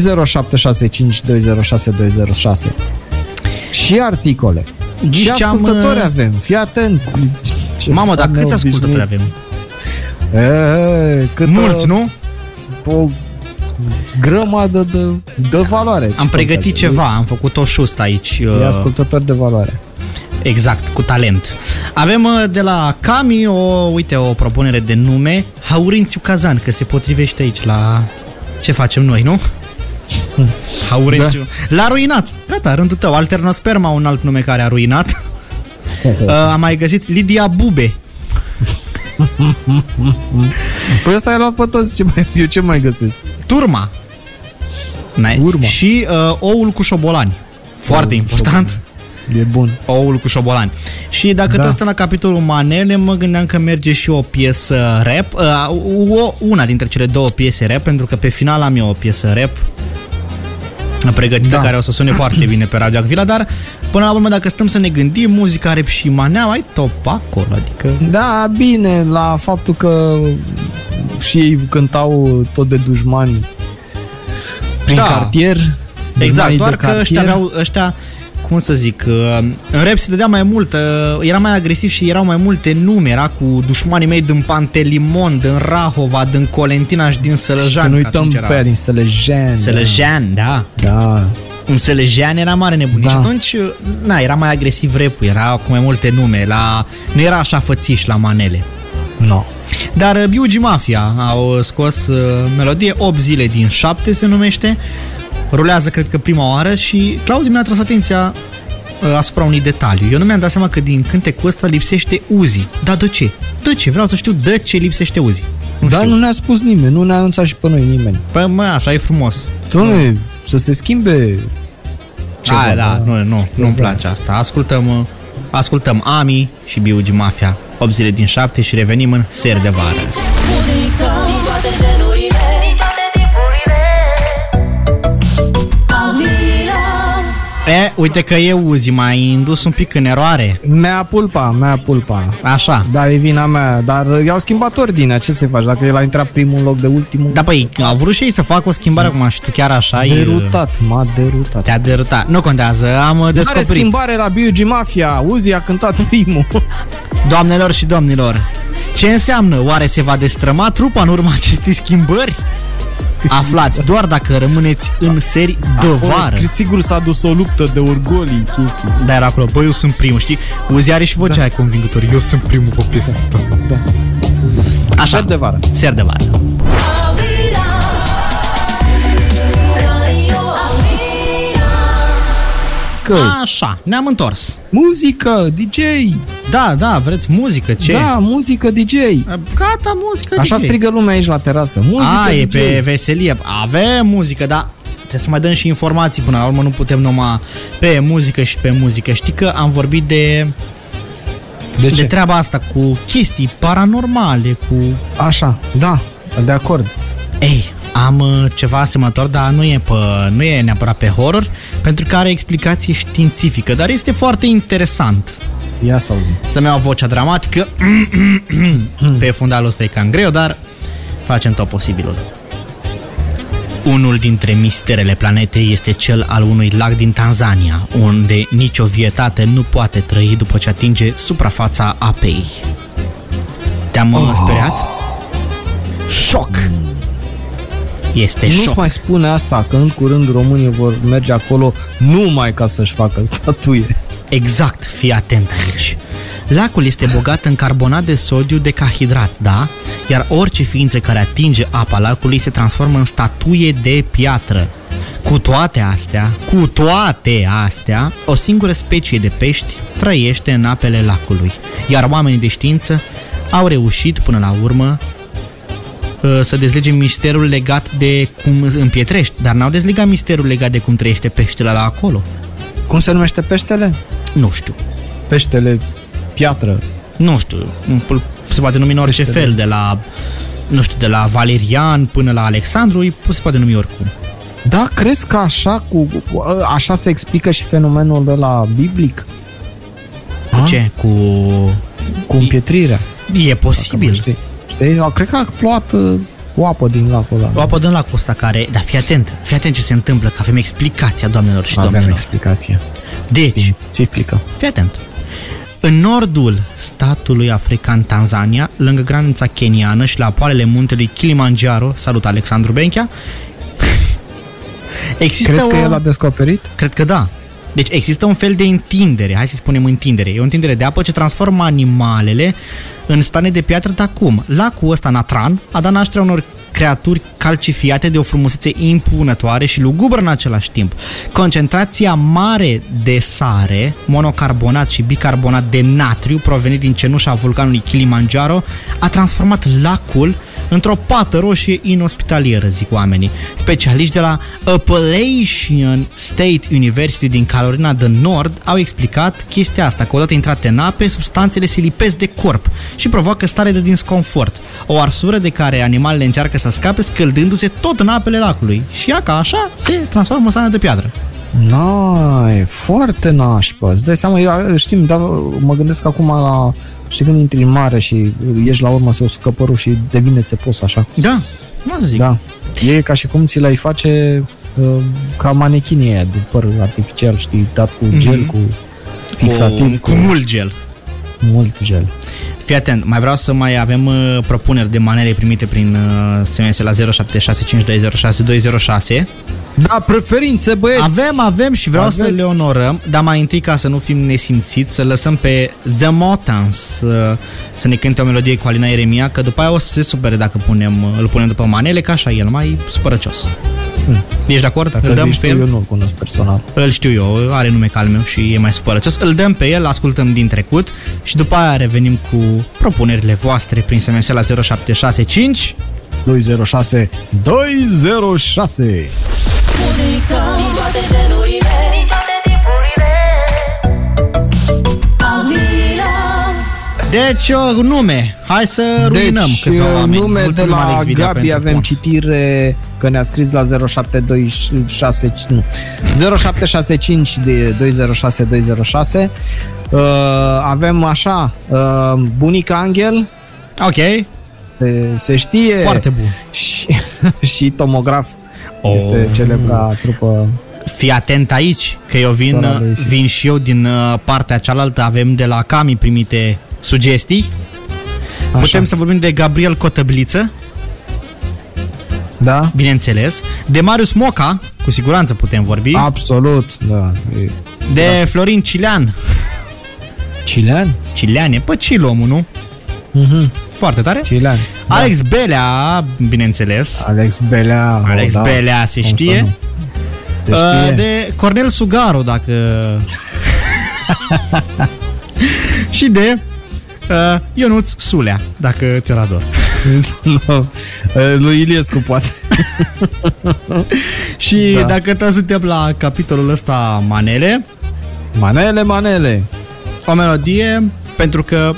0765206206. Și articole. Ghici și ce am, ascultători uh, avem, fii atent. Ce Mamă, dar fan câți neobișnuit. ascultători avem? E, cât uh, Mulți, nu? O grămadă de, de valoare. Ce Am pregătit contează? ceva, am făcut o șust aici. E uh, ascultători de valoare. Exact, cu talent. Avem uh, de la Cami o, uite, o propunere de nume, Haurințiu Cazan, că se potrivește aici la ce facem noi, nu? Haurințiu. Da. L-a ruinat. Gata, rândul tău. Alternosperma, un alt nume care a ruinat. Uh, am mai găsit Lidia Bube. Păi ăsta e luat pe toți, ce mai, eu ce mai găsesc? Turma. N-ai? Urma. Și uh, oul cu șobolani. Foarte important. E bun. Oul cu șobolani. Și dacă da. Da. tot stăm la capitolul manele, mă gândeam că merge și o piesă rap, uh, o, una dintre cele două piese rap, pentru că pe final am eu o piesă rap pregătită da. Da. care o să sune foarte bine pe Radio Acvila, dar până la urmă dacă stăm să ne gândim, muzica rap și manea, ai top acolo, adică... Da, bine, la faptul că și ei cântau tot de dușmani prin Da. cartier. Exact, dușmanii doar de că ăștia aveau, ăștia, cum să zic, uh, în rap se dădea mai mult, uh, era mai agresiv și erau mai multe nume, era cu dușmanii mei din Pantelimon, din Rahova, din Colentina și din Și Sălăjan. să nu că uităm atunci pe era- aia din Selejan. Sălăjan, da. Da. În Sălăjan era mare nebun. Da. Da. Și atunci, uh, na, era mai agresiv rap era cu mai multe nume, la... nu era așa fățiș la manele. No. Dar uh, Biugi Mafia au scos uh, melodie 8 zile din 7 se numește. Rulează cred că prima oară și Claudiu mi-a tras atenția uh, asupra unui detaliu. Eu nu mi-am dat seama că din cântecul ăsta lipsește Uzi. Dar de ce? De ce? Vreau să știu de ce lipsește Uzi. Nu Dar știu. nu ne-a spus nimeni, nu ne-a anunțat și pe noi nimeni. Păi mă, așa e frumos. Dom'le, să se schimbe Ah, Aia, da, nu, nu, nu-mi place asta. Ascultăm uh, Ascultăm Ami și Biugi Mafia 8 zile din 7 și revenim în ser de vară. Muzică Din toate genurile Din toate tipurile Avila E, uite că eu uzi m-ai indus un pic în eroare. Mea pulpa, mea pulpa. Așa. Da, e vina mea, dar uh, i-au schimbat ordinea, ce să faci? Dacă el a intrat primul în loc de ultimul, Dar păi, au vrut și ei să facă o schimbare acum și tu chiar așa ai, derutat, m-a derutat. Te-a derutat. Nu contează, am uh, Are descoperit. schimbare la B.U.G. Mafia, Uzi a cântat primul. Doamnelor și domnilor, ce înseamnă? Oare se va destrăma trupa în urma acestei schimbări? Aflați doar dacă rămâneți în seri de vară. Acolo, sigur s-a dus o luptă de orgolii, chestii. Dar Da, era acolo, băi, eu sunt primul, știi? Uzi are și vocea da. aia convingătoare. Eu sunt primul pe piesa asta. Da. Așa. Ser de vară. Ser de vară. Avila Radio Avila Că Așa, ne-am întors. muzică, DJ, Da, da, vreți muzică, ce? da, muzică, DJ. Gata, muzică, Așa DJ. strigă lumea aici la terasă. Muzică, A, DJ. Ah, e pe veselie. Avem muzică, dar trebuie să mai dăm și informații până la urmă, nu putem numai pe muzică și pe muzică. Știi că am vorbit de, De de ce? treaba asta cu chestii paranormale, cu... Așa, da, de acord. Ei, am uh, ceva asemănător, dar nu e, pe, nu e neapărat pe horror, pentru că are explicație științifică, dar este foarte interesant. Ia să auzim. Să-mi iau vocea dramatică Pe fundalul ăsta e cam greu, dar Facem tot posibilul unul dintre misterele planetei este cel al unui lac din Tanzania, unde nicio vietate nu poate trăi după ce atinge suprafața apei. Te-am oh. speriat? Șoc! Este Nu-ți șoc. mai spune asta, că în curând românii vor merge acolo numai ca să-și facă statuie. Exact, fii atent aici. Lacul este bogat în carbonat de sodiu decahidrat, da? Iar orice ființă care atinge apa lacului se transformă în statuie de piatră. Cu toate astea, cu toate astea, o singură specie de pești trăiește în apele lacului. Iar oamenii de știință au reușit până la urmă uh, să dezlege misterul legat de cum împietrești, dar n-au dezlegat misterul legat de cum trăiește peștele la acolo. Cum se numește peștele? Nu știu. Peștele piatră. nu știu, îl- se poate numi în orice fel, de la, nu știu, de la Valerian până la Alexandru, îi po- se poate numi oricum. Da, crezi că așa, cu, cu, așa se explică și fenomenul ăla biblic? Cu A? ce? Cu... Cu împietrirea. E posibil. Știi? Știi? Da, Cred că a plouat uh, o apă din lacul ăla. O apădăm la costa care... Dar fii atent, fii atent ce se întâmplă, că avem explicația, doamnelor și Avem domnilor. explicație. Deci, Țiplică. Fii atent. În nordul statului african Tanzania, lângă granița keniană și la apoalele muntelui Kilimanjaro, salut Alexandru Benchea, există Crezi o... că el a descoperit? Cred că da. Deci există un fel de întindere, hai să spunem întindere. E o întindere de apă ce transformă animalele în stane de piatră, dar cum? Lacul ăsta, Natran, a dat nașterea unor creaturi calcifiate de o frumusețe impunătoare și lugubră în același timp. Concentrația mare de sare, monocarbonat și bicarbonat de natriu provenit din cenușa vulcanului Kilimanjaro a transformat lacul într-o pată roșie inospitalieră, zic oamenii. Specialiști de la Appalachian State University din Carolina de Nord au explicat chestia asta, că odată intrate în ape, substanțele se lipesc de corp și provoacă stare de disconfort, o arsură de care animalele încearcă să scape scăldându-se tot în apele lacului și ea ca așa se transformă în sană de piatră. Nai, foarte nașpa. Îți dai seama, eu știm, dar mă gândesc acum la... Știi când intri în mare și ieși la urmă să uscă părul și devine țepos așa. Da, nu zic. Da. E ca și cum ți l-ai face uh, ca manechinii aia de păr artificial, știi, dat cu gel, mm-hmm. cu fixativ, Mhm. cu, cu mult gel. mult gel. Fii atent, mai vreau să mai avem uh, propuneri de manere primite prin uh, SMS la 0765206206. Da, preferințe, băieți! Avem, avem și vreau să Aveți. le onorăm, dar mai întâi ca să nu fim nesimțiți, să lăsăm pe The Motans uh, să ne cânte o melodie cu Alina Eremia, că după aia o să se supere dacă punem, uh, îl punem după manele, că așa e, el mai supărăcios. Ești de acord? Hmm. Dacă îl dăm zici pe tu, el? eu nu-l cunosc personal. Îl știu eu, are nume ca al meu și e mai supărăcios. Îl dăm pe el, ascultăm din trecut și după aia revenim cu propunerile voastre prin SMS la 0765. 206 206 Muzică Din toate genurile Din toate tipurile Avila Deci, uh, nume. Hai să ruinăm Deci, câțiva oameni. nume de Mulțumim, la Alex Videa, Gabi pentru avem pont. citire că ne-a scris la 0726 nu, 0765 de 206 206 uh, avem așa uh, bunica Angel Ok. se, se știe Foarte bun. și, și tomograf Oh. este celebra trupă Fii atent aici, că eu vin, Sora lui Sis. vin și eu din uh, partea cealaltă. Avem de la Cami primite sugestii. așa, Putem să vorbim de Gabriel Cotăbliță, da? bineînțeles. De Marius Moca, cu siguranță putem vorbi. Absolut, da. E- de da. Florin Cilean. Cilean? Cileane, pă, Cil omul, nu? Mhm. Foarte tare. Cilean. Da. Alex Belea, bineînțeles. Alex Belea. Alex oh, da. Belea se Cum să știe. nu. Se Uh, știe. De Cornel Sugaru, dacă... și de uh, Ionuț Sulea, dacă ți era dor. Nu. Eh, Lui Iliescu poate. Și da. dacă tot suntem la capitolul ăsta manele, Manele, manele. Da? o melodie, pentru că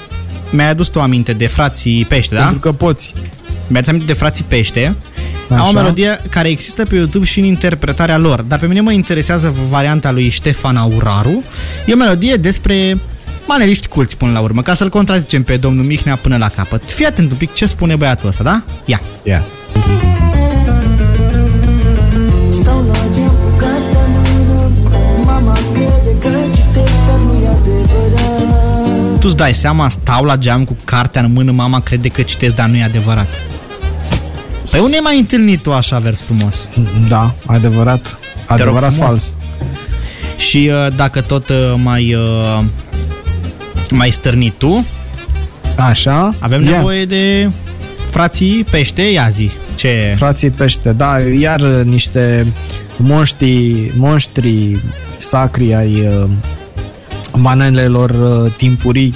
mi-ai adus tu aminte de frații pește, Da? da? Pentru că poți. Mi-ați aminte de frații pește. Așa. Au o melodie care există pe YouTube și în interpretarea lor, dar pe mine mă interesează varianta lui Ștefan Auraru. E o melodie despre maneliști culți până la urmă, ca să-l contrazicem pe domnul Mihnea până la capăt. Fii atent un pic ce spune băiatul ăsta, da? Ia! Ia. Stau la timp cu cartea în mână Mama crede că citesc, dar nu-i adevărat Tu-ți dai seama, stau la geam cu cartea în mână, mama crede că citesc, dar nu e adevărat. Pe unde ai mai întâlnit tu așa vers frumos? Da, adevărat. rog Adevărat frumos. fals. Și uh, dacă tot uh, mai uh, mai stârni tu, Așa. avem Ia. nevoie de frații pește, ia zi. Ce? Frații pește, da, iar uh, niște monștri, monștri sacri ai uh, manelelor uh, timpurii.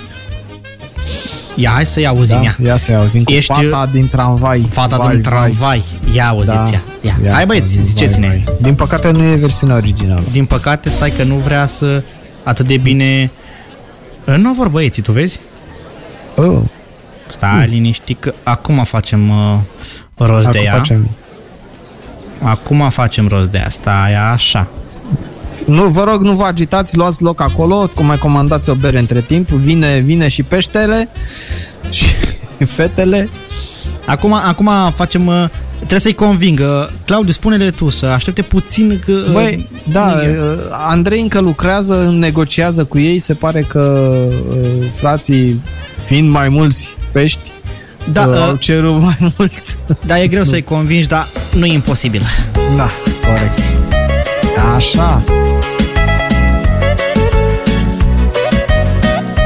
Ia, hai să-i auzim Da? ia. Ia să auzim cu Ești- Ești fata din tramvai. Fata Vai, din vai. tramvai. Ia auziți ea. Ia. Ia Hai să băieți, auzim, ziceți-ne. vai, vai. Din păcate nu e versiunea originală. Din păcate, stai că nu vrea să atât de bine... Nu vor băieții, tu vezi? Oh, Stai liniștit că acum facem uh, rost de Hmm. acum ea. facem. Acum facem rost de ea. Stai așa. Nu, vă rog, nu vă agitați, luați loc acolo, cum mai comandați o bere între timp, vine, vine și peștele și fetele. Acum, acum facem... uh, Trebuie să-i convingă. Claudiu, spune-le tu să aștepte puțin că... uh, Băi, da, uh, Andrei încă lucrează, negociază cu ei, se pare că uh, frații, fiind mai mulți pești, Da, da, uh, au cerut mai mult. Da, e greu să-i convingi, dar nu e imposibil. Da, corect. Așa.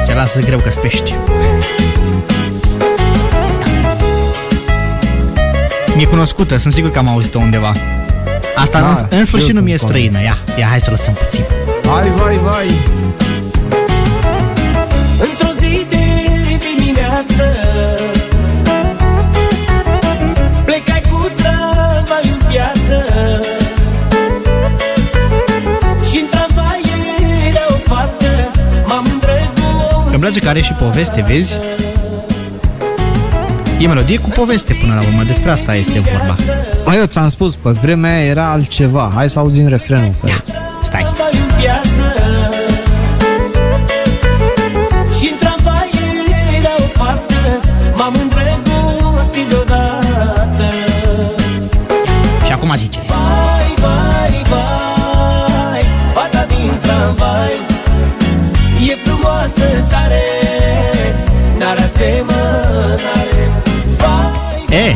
Se lasă greu că spești. Mi-e cunoscută, sunt sigur că am auzit-o undeva. Asta Da, da, în, în eu sfârșit nu sunt mi-e străină. Ia, ia, hai să lăsăm puțin. Hai, vai, vai. Într-o zi de dimineață Plecai cu tramvai în piață și în tramvai era o fată M-am îndrăgostit Îmi place că are și poveste, vezi? E melodie cu poveste până la urmă, despre asta este vorba. Mai eu ți-am spus, pe vremea aia era altceva. Hai să auzim refrenul. Ia. Stai. tramvai în piață și în tramvai era o fată M-am îndrăgostit deodată Și acum zice. Vai, vai, vai, fata din tramvai E frumoasă tare, n-are asemănare Vai, E,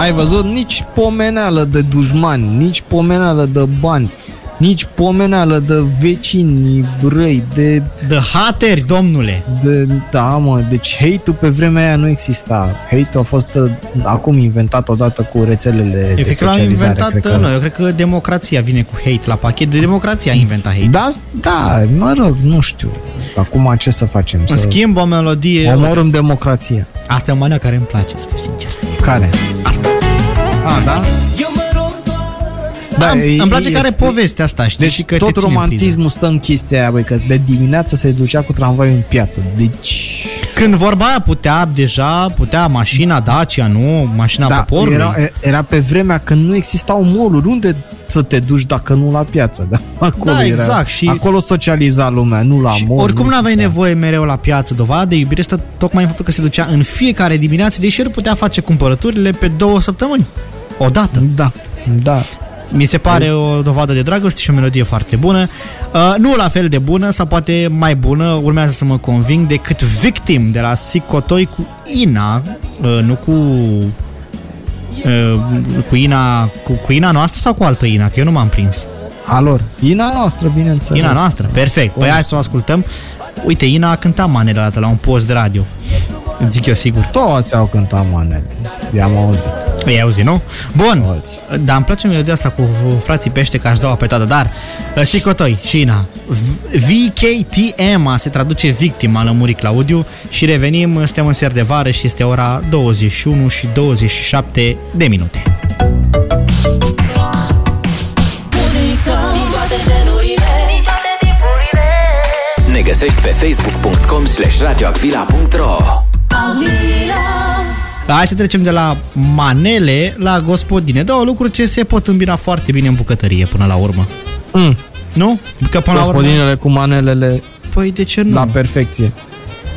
Ai văzut? Nici pomeneală de dușmani, nici pomeneală de bani, nici pomeneală de vecini răi, de, de hateri, domnule. de... Da, mă, deci hate-ul pe vremea aia nu exista. Hate-ul a fost uh, acum inventat odată cu rețelele Eu de cred că l-am socializare. inventat, cred că... nu, eu cred că democrația vine cu hate la pachet. De democrația a inventat hate. Da, da, mă rog, nu știu. Acum ce să facem? În să schimb, o melodie... omorâm democrația. Asta e o mania care îmi place, să fiu sincer. Care? Asta. A, da? eu mă rog doar da Am, e- îmi place e- că are povestea asta, știi? Deci și că tot te ține în priză. romantismul stă în chestia aia, băi, că de dimineață se ducea cu tramvaiul în piață. Deci... Când vorba aia putea deja, putea mașina Dacia, nu? Mașina da, poporului. era, era pe vremea când nu existau moluri. Unde să te duci dacă nu la piață? Da, acolo Da, era, exact, și- Acolo socializa lumea, nu la Și mall. oricum nu nu aveai știu. nevoie mereu la piață. Dovada de iubire stă tocmai în faptul că se ducea în fiecare dimineață, deși el putea face cumpărăturile pe două săptămâni. Odată. Da, da. Mi se pare o dovadă de dragoste și o melodie foarte bună. Uh, nu la fel de bună, sau poate mai bună, urmează să mă conving, decât Victim de la Sicotoi cu Ina, uh, nu cu uh, cu Ina, cu, cu Ina noastră sau cu altă Ina, că eu nu m-am prins. A lor. Ina noastră, bineînțeles. Ina noastră, perfect. Păi hai să o ascultăm. Uite, Ina a cântat manele dată la un post de radio. Îți zic eu sigur. Toți au cântat manele. I-am auzit. Ei auzi, nu? Bun. Toți. Dar îmi place melodia asta cu frații pește că aș da-o pe toată, dar uh, și Cotoi, și Ina. V- VKTM se traduce victima, a lămurit Claudiu și revenim, uh, suntem în ser de vară și este ora 21 și 27 de minute. Muzică Din toate genurile Din toate tipurile Ne găsești pe facebook.com slash radioacvila.ro Avila Hai să trecem de la manele la gospodine. Două lucruri ce se pot îmbina foarte bine în bucătărie până la urmă. Mm. Nu? Că până la urmă... Gospodinele cu manelele Păi de ce nu? la perfecție.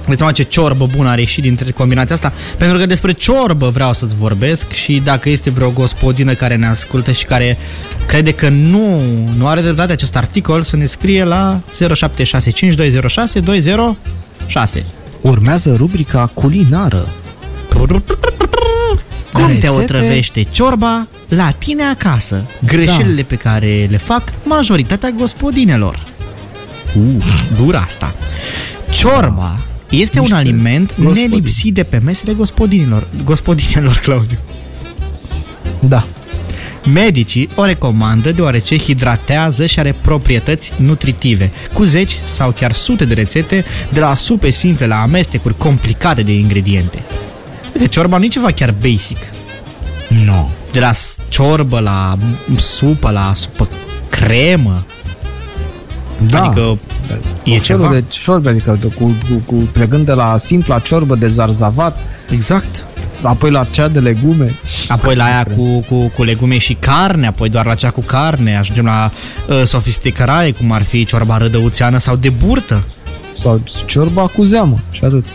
Îți seama ce ciorbă bună a ieșit dintre combinația asta? Pentru că despre ciorbă vreau să-ți vorbesc și dacă este vreo gospodină care ne ascultă și care crede că nu, nu are dreptate acest articol, să ne scrie la 0765 206 206. Urmează rubrica culinară. Cum te Rețete? otrăvește ciorba la tine acasă? Greșelile pe care le fac majoritatea gospodinelor. Uh, dura asta. Ciorba este un aliment gospodini. nelipsit de pe mesele gospodinilor. Gospodinelor, Claudiu. Da. Medicii o recomandă deoarece hidratează și are proprietăți nutritive, cu zeci sau chiar sute de rețete, de la supe simple la amestecuri complicate de ingrediente. Deci ciorba nu e ceva chiar basic. Nu. No. De la s- ciorbă la m- supă, la supă cremă. Da. Adică e Tot felul ceva. de ciorbe, adică de- cu, cu, cu, plecând de la simpla ciorbă de zarzavat, Exact. apoi la cea de legume. Apoi la aia cu, cu, cu legume și carne, apoi doar la cea cu carne, ajungem la uh, sofisticare, cum ar fi ciorba rădăuțeană sau de burtă. sau ciorba cu zeamă și atât.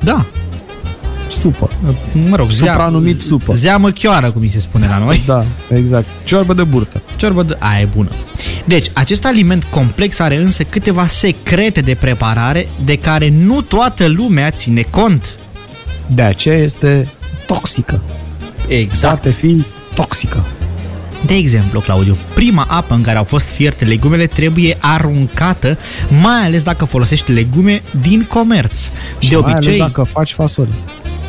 Da, Supă. mă rog, Supranumit supă. Zeamă chioară, cum mi se spune la noi. Da, exact. Ciorbă de burtă. Ciorbă de... Aia e bună. Deci, acest aliment complex are însă câteva secrete de preparare de care nu toată lumea ține cont. De aceea este toxică. Exact. Poate fi toxică. De exemplu, Claudiu, prima apă în care au fost fierte legumele trebuie aruncată, mai ales dacă folosești legume din comerț. de Mai obicei, Ales dacă faci fasole.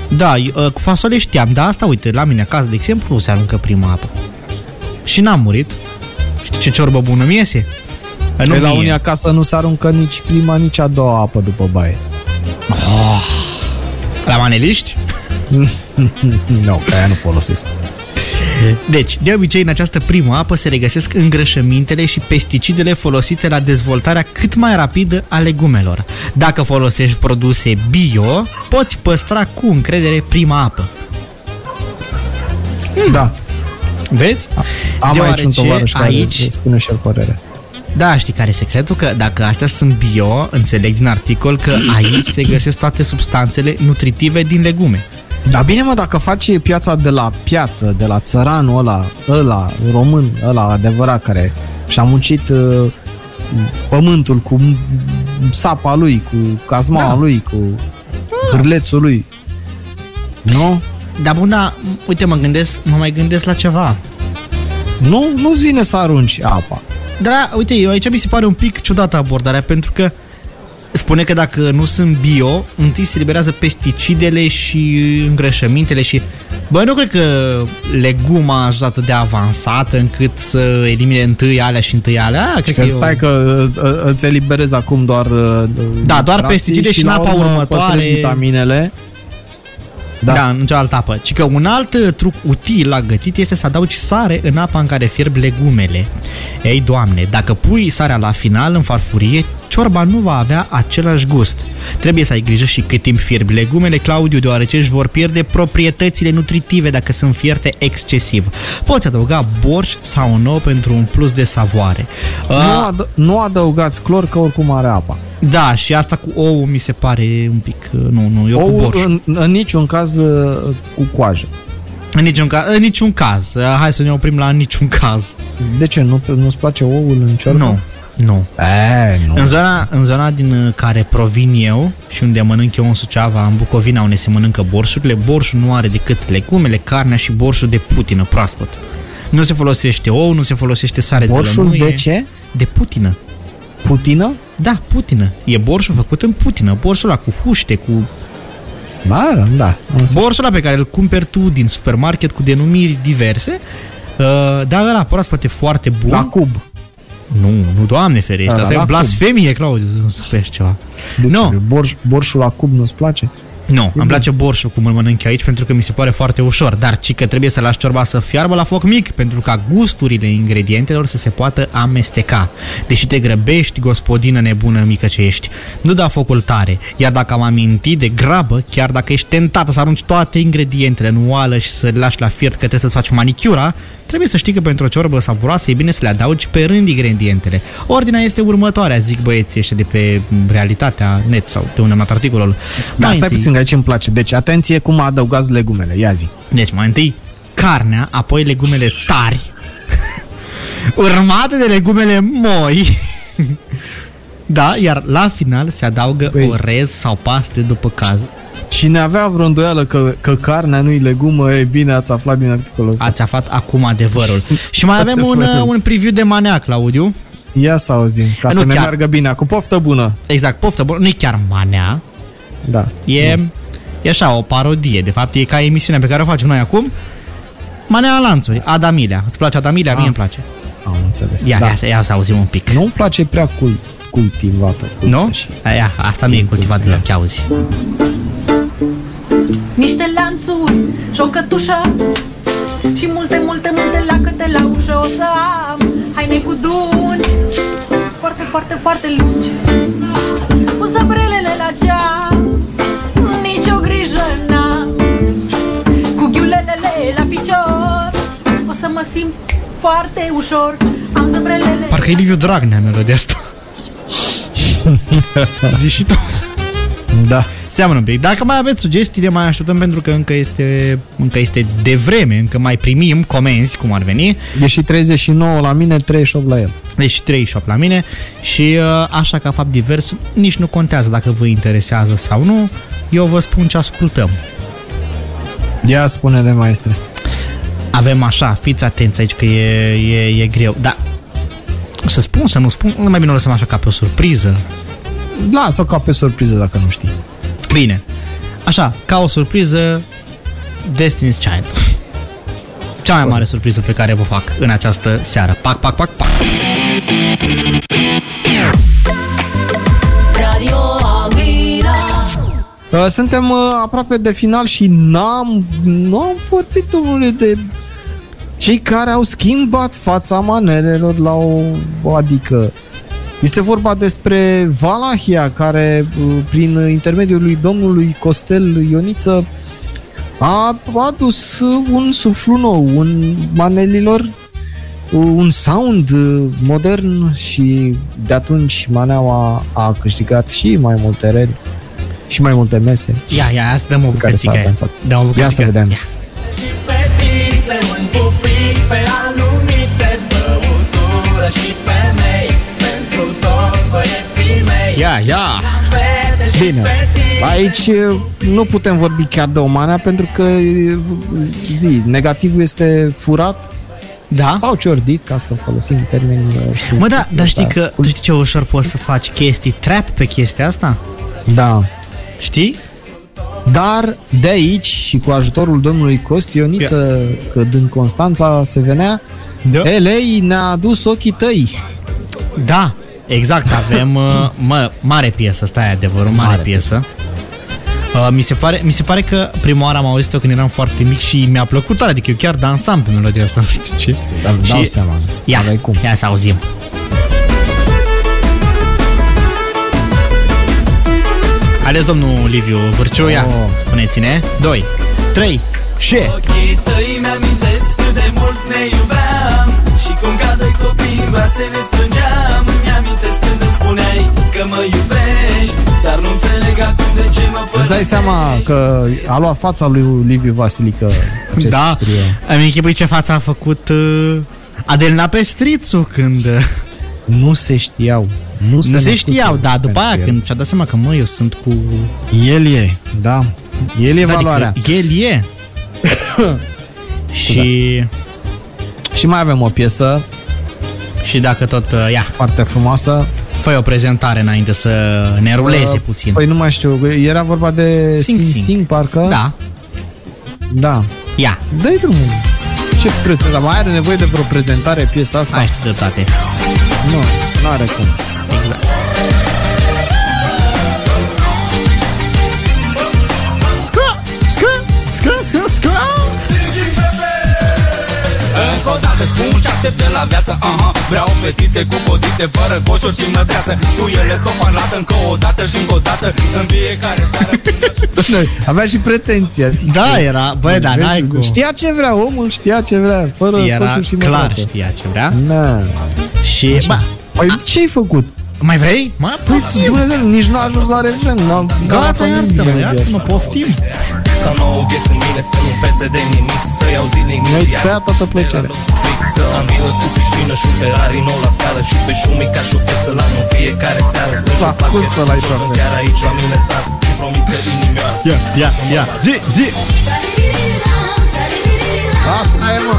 da, eu, uh, cu fasole știam, dar asta, uite, la mine acasă, de exemplu, nu se aruncă prima apă. Și n-am murit. Știi ce ciorbă bună mi iese? Nu Pe Păi la mie. unii acasă nu se aruncă nici prima, nici a doua apă după baie. La maneliști? Nu, no, că aia nu folosesc. Deci, de obicei, în această primă apă se regăsesc îngrășămintele și pesticidele folosite la dezvoltarea cât mai rapidă a legumelor. Dacă folosești produse bio, poți păstra cu încredere prima apă. Hmm. Da. Vezi? Am aici un tovarăș care aici, aici... spune și el părerea. da, știi care e secretul? Că dacă astea sunt bio, înțeleg din articol că aici se găsesc toate substanțele nutritive din legume. Dar bine mă, dacă faci piața de la piață, de la țăranul ăla, ăla, român, ăla adevărat, care și-a muncit uh, pământul cu m- sapa lui, cu cazmaua da. lui, cu Da. hârlețul lui. Nu? Dar bun, da, uite, mă gândesc, mă mai gândesc la ceva. Nu, nu-ți vine să arunci apa. Dar, uite, eu aici mi se pare un pic ciudată abordarea, pentru că spune că dacă nu sunt bio, întâi se liberează pesticidele și îngrășămintele și... Bă, nu cred că leguma a ajuns atât de avansată încât să elimine întâi alea și întâi alea. A, cred Că că, stai eu... că uh, îți eliberezi acum doar uh, Da, doar nutrații pesticide și în la apa urmă următoare. păstrezi vitaminele Da. da, în cealaltă apă. Ci că un alt uh, truc util la gătit este să adaugi sare în apa în care fierb legumele. Ei, doamne, dacă pui sarea la final în farfurie, ciorba nu va avea același gust. Trebuie să ai grijă și cât timp fierb legumele, Claudiu, deoarece își vor pierde proprietățile nutritive dacă sunt fierte excesiv. Poți adăuga borș sau un ou pentru un plus de savoare. Uh, Nu, ad- nu adăugați clor că oricum are apa. Da, și asta cu ou mi se pare un pic... uh, Nu, nu, eu cu Ou borș. în, în niciun caz uh, cu coajă. În niciun, ca- în niciun caz. Uh, Hai să ne oprim la niciun caz. De ce? Nu, nu-ți place oul în ciorbă? Nu, nu. E, nu. În zona, în zona din uh, care provin eu și unde mănânc eu în Suceava, în Bucovina, unde se mănâncă borșurile, borșul nu are decât legumele, carnea și borșul de putină proaspăt. Nu se folosește ou, nu se folosește sare Borșul de lămâie. de ce? De putină. Putină? Da, putină. E borșul făcut în putină. Borșul ăla cu huște, cu Ba, da. Borșul ăla pe care îl cumperi tu din supermarket cu denumiri diverse, uh, dar ăla proaspăt e foarte bun. La cub. Nu, nu, doamne ferește, Ăla asta e la blasfemie, Claudiu, să nu spui ceva. De Nu. ce? Borș, borșul la cub nu-ți place? Nu, îmi place borșul cum îl mănânc eu aici pentru că mi se pare foarte ușor, dar ci că trebuie să lași ciorba să fiarbă la foc mic pentru ca gusturile ingredientelor să se poată amesteca. Deși te grăbești, gospodină nebună mică ce ești, nu da focul tare, iar dacă am amintit de grabă, chiar dacă ești tentată să arunci toate ingredientele în oală și să le lași la fiert că trebuie să-ți faci manicura, Trebuie să știi că pentru o ciorbă savuroasă e bine să le adaugi pe rând ingredientele. Ordinea este următoarea, zic băieții ăștia de pe m, realitatea net sau de unde am dat articolul. Da, Mai stai întâi- puțin, că aici îmi place. Deci, atenție cum adăugați legumele. Ia zi. deci mai întâi carnea, apoi legumele tari, urmate de legumele moi. da, iar la final se adaugă Păi. orez sau paste după caz. Cine avea vreo îndoială că, că carnea nu-i legumă, e bine, ați aflat din articolul ăsta. Ați aflat acum adevărul. Și mai avem un, uh, un preview de manea, Claudiu. Ia să auzim, ca Nu să ne chiar. meargă bine. Acum poftă bună. Exact, poftă, bună. nu e chiar manea, Da. e, e așa, o parodie. De fapt, e ca emisiunea pe care o facem noi acum. Manea lanțuri, Adamilea. Îți place Adamilea? Mie îmi place. Am înțeles. Ia, Ah. da. da. ia, să- ia să auzim un pic. Nu-mi place prea cul- cultivată. Nu? Și- Aia, asta nu e cultivat deloc, ia auzi. Niște lanțuri și o cătușă Și multe, multe, multe lacăte la ușă O să am haine cu dungi Foarte, foarte, foarte lungi Cu zăbrelele la geam Nici o grijă n-am Cu ghiulelele la picior O să mă simt foarte ușor Am zăbrelele Parcă e Liviu Dragnea melodia asta. Zici și tu. Da. Seamănă un pic. Dacă mai aveți sugestii, le mai așteptăm pentru că încă este, încă este de vreme, încă mai primim comenzi, cum ar veni. Deși 39 la mine, 38 la el. Deci 38 la mine și uh, așa ca fapt divers, nici nu contează dacă vă interesează sau nu. Eu vă spun ce ascultăm. Ia spune de maestre. Avem așa, fiți atenți aici că e, e, e greu. Da, să spun, să nu spun, mai bine o lăsăm așa ca pe o surpriză. Lasă-o ca pe surpriză dacă nu știi. Bine. Așa, ca o surpriză, Destiny's Child. Cea mai mare surpriză pe care vă fac în această seară. Pac, pac, pac, pac. Radio Aguila Uh, Suntem uh, aproape de final și n-am, nu am vorbit, domnule, de cei care au schimbat fața manerelor la o, adică este vorba despre Valahia care uh, prin intermediul lui domnului Costel Ioniță a adus uh, un suflu nou un manelilor uh, un sound uh, modern și de atunci Maneaua a câștigat și mai mult teren și mai multe mese. Ia, ia, ia să dăm o care s-a bucățică. dansat. Dăm o Ia bucățică. să vedem. Fetițe, un pupic pe alunițe Băutură și femei Pentru toți băieții mei Ia, ia. Fete și Bine. fetițe Aici uh, nu putem vorbi chiar de o manea pentru că uh, zi, negativul este furat Da? sau ciordit, ca să folosim termenul. uh, Mă, da, dar știi ăsta. că, tu știi ce ușor poți să faci chestii trap pe chestia asta? Da. Știi? Dar de aici și cu ajutorul domnului Costioniță, că din Constanța se venea, Da. Elei ne-a adus ochii tăi. Da, exact, avem uh, mă, mare piesă, asta e adevărul, mare, mare Mare piesă. Uh, mi, se pare, mi se pare că prima oară am auzit-o când eram foarte mic și mi-a plăcut tare, adică eu chiar dansam pe melodia asta, nu știu ce. Dar îmi dau Și- seama. Ia, cum. ia să auzim. Ales domnul Liviu Vârciu, ia, Oh. spuneți-ne. 2, 3, și... Ochii tăi mi-amintesc cât de mult ne iubeam Și cum ca doi copii în brațe ne strângeam Mi-amintesc când îmi spuneai că mă iubești Dar nu înțeleg acum de ce mă Îți dai seama că a luat fața lui Liviu Vasilică acest Da, trio. îmi închipui ce față a făcut uh, Adelina Pestrițu când... uh, Nu se știau. Nu se Nu se născuse știau, da, după pentru aia el. când și-a dat seama că mă, eu sunt cu... El e, da. El e Da, valoarea. Adică, el e. și... Și mai avem o piesă. Și dacă tot, uh, ia. Foarte frumoasă. Fă o prezentare înainte să ne ruleze Uh, puțin. Păi nu mai știu, era vorba de Sing Sing Sing. Sing, parcă. Da. Da. Ia. Dă-i drumul. Ce prezentare? Mai are nevoie de vreo prezentare piesa asta? Ai știu de toate. Nu, nu are cum. Exact. Scă, scă, scă, scă, scă Încă o dată cu un ce aștept de la viață aha. Vreau petite cu podite Fără coșuri și mătreață Cu ele sopan lată încă o dată și încă o dată În fiecare seară Doamne, Avea și pretenția. Da, era, bă, da, Vezi, n-ai cum. Știa ce vrea omul, știa ce vrea, fără Era coșuri și clar, mătase. știa ce vrea. Na. Și, bă, Păi ce ai făcut? Mai vrei? Mă, păi, Dumnezeu, nici nu a ajuns la refren. n-am- n-am gata, aflat iartă-mă, nimic. iartă-mă, poftim. Să mă oghet în mine Să nu pese de nimic Să-i auzi nimic Mi-ai tăiat toată plăcerea. Să am vină cu piscină și un Ferrari nou la scară Și pe șumi ca șofer să-l am în fiecare seară Să Da, joc cum basket, să-l ai, tot șofer? în Chiar aici la mine țară Îmi promit că inimioară Ia, ia, ia, zi, zi Asta e, mă.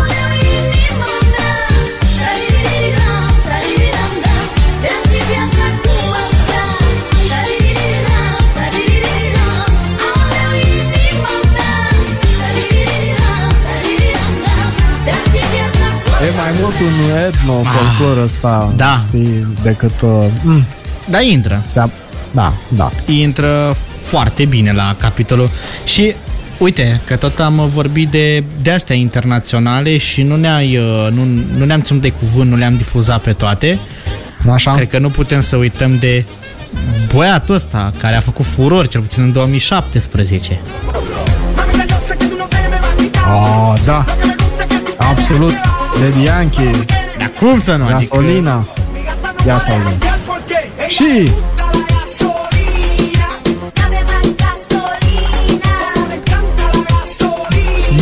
E mai mult un etno folclor ăsta, Ah. da. știi, decât... Uh, mm, Da, intră. se ap- da, da. intră foarte bine la capitolul și uite că tot am vorbit de de astea internaționale și nu ne-ai uh, nu, nu ne-am ținut de cuvânt, nu le-am difuzat pe toate. Așa. Cred că nu putem să uităm de băiatul ăsta care a făcut furor cel puțin în 2017. Oh, da. Absolut. Lady Yankee. Dar cum să nu? Gasolina. Ia să auzim. Și...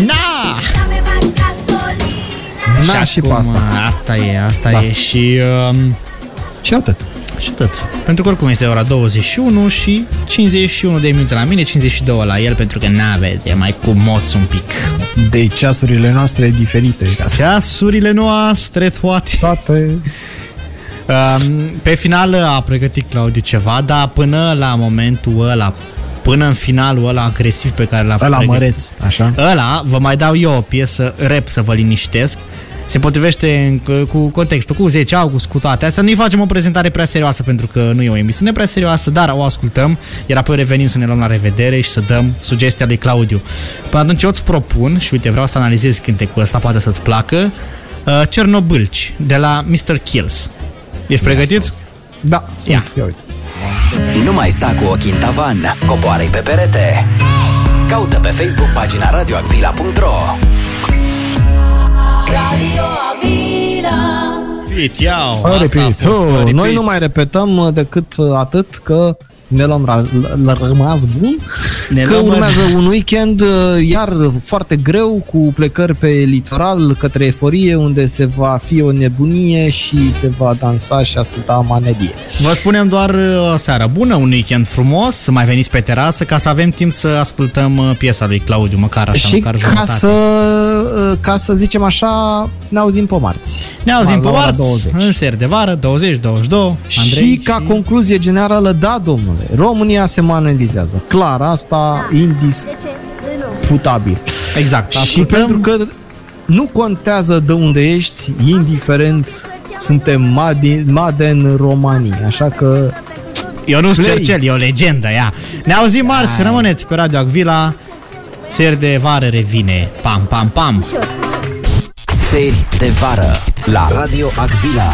Na! Na și pe acum, asta. Asta e, asta da. e și... Um, și atât. Și atât. Pentru că oricum este ora 21 și 51 de minute la mine, 52 la el, pentru că n-aveți, e mai cu moț un pic. De Deci ceasurile noastre diferite. Ca să... Ceasurile noastre toate. Toate. Um, pe final a pregătit Claudiu ceva, dar până la momentul ăla, până în finalul ăla agresiv pe care l-a Ăla pregătit, măreț, așa? Ăla, vă mai dau eu o piesă rap să vă liniștesc. Se potrivește în- cu contextul, cu 10 august, cu toate astea. Nu-i facem o prezentare prea serioasă pentru că nu e o emisiune prea serioasă, dar o ascultăm, iar apoi revenim să ne luăm la revedere și să dăm sugestia lui Claudiu. Până atunci eu îți propun, și uite, vreau să analizez cântecul ăsta, poate să-ți placă, uh, Cernobâlci, de la Mr. Kills. Ești pregătit? Da, Ia. Nu mai sta cu ochii în tavan, coboară pe perete. Caută pe Facebook pagina radioacvila.ro Iau, Păi, asta a Repeat. fost, Oh, repeat. noi nu mai repetăm uh, decât uh, atât că ne luăm la, la rămas bun, Ne că luăm- urmează un weekend uh, iar foarte greu cu plecări pe litoral către eforie unde se va fi o nebunie și se va dansa și asculta manedie. Vă spunem doar uh, o seară bună, un weekend frumos, să mai veniți pe terasă ca să avem timp să ascultăm uh, piesa lui Claudiu, măcar așa, și măcar ca jumătate. să, uh, ca să zicem așa, ne auzim pe marți. Ne auzim pe La ora marți, în seri de vară, 20-22, Andrei. și ca concluzie generală, da, domnule, România se manelizează. Clar, asta indisputabil. Exact. Și pentru că nu contează de unde ești, indiferent, suntem made, made în România, așa că Ionuț Play. Cercel, e o legendă, ea. Ne auzim marți, Da. rămâneți cu Radio Agvila. Seri de vară revine. Pam, pam, pam. Seri de vară la Radio Agvila.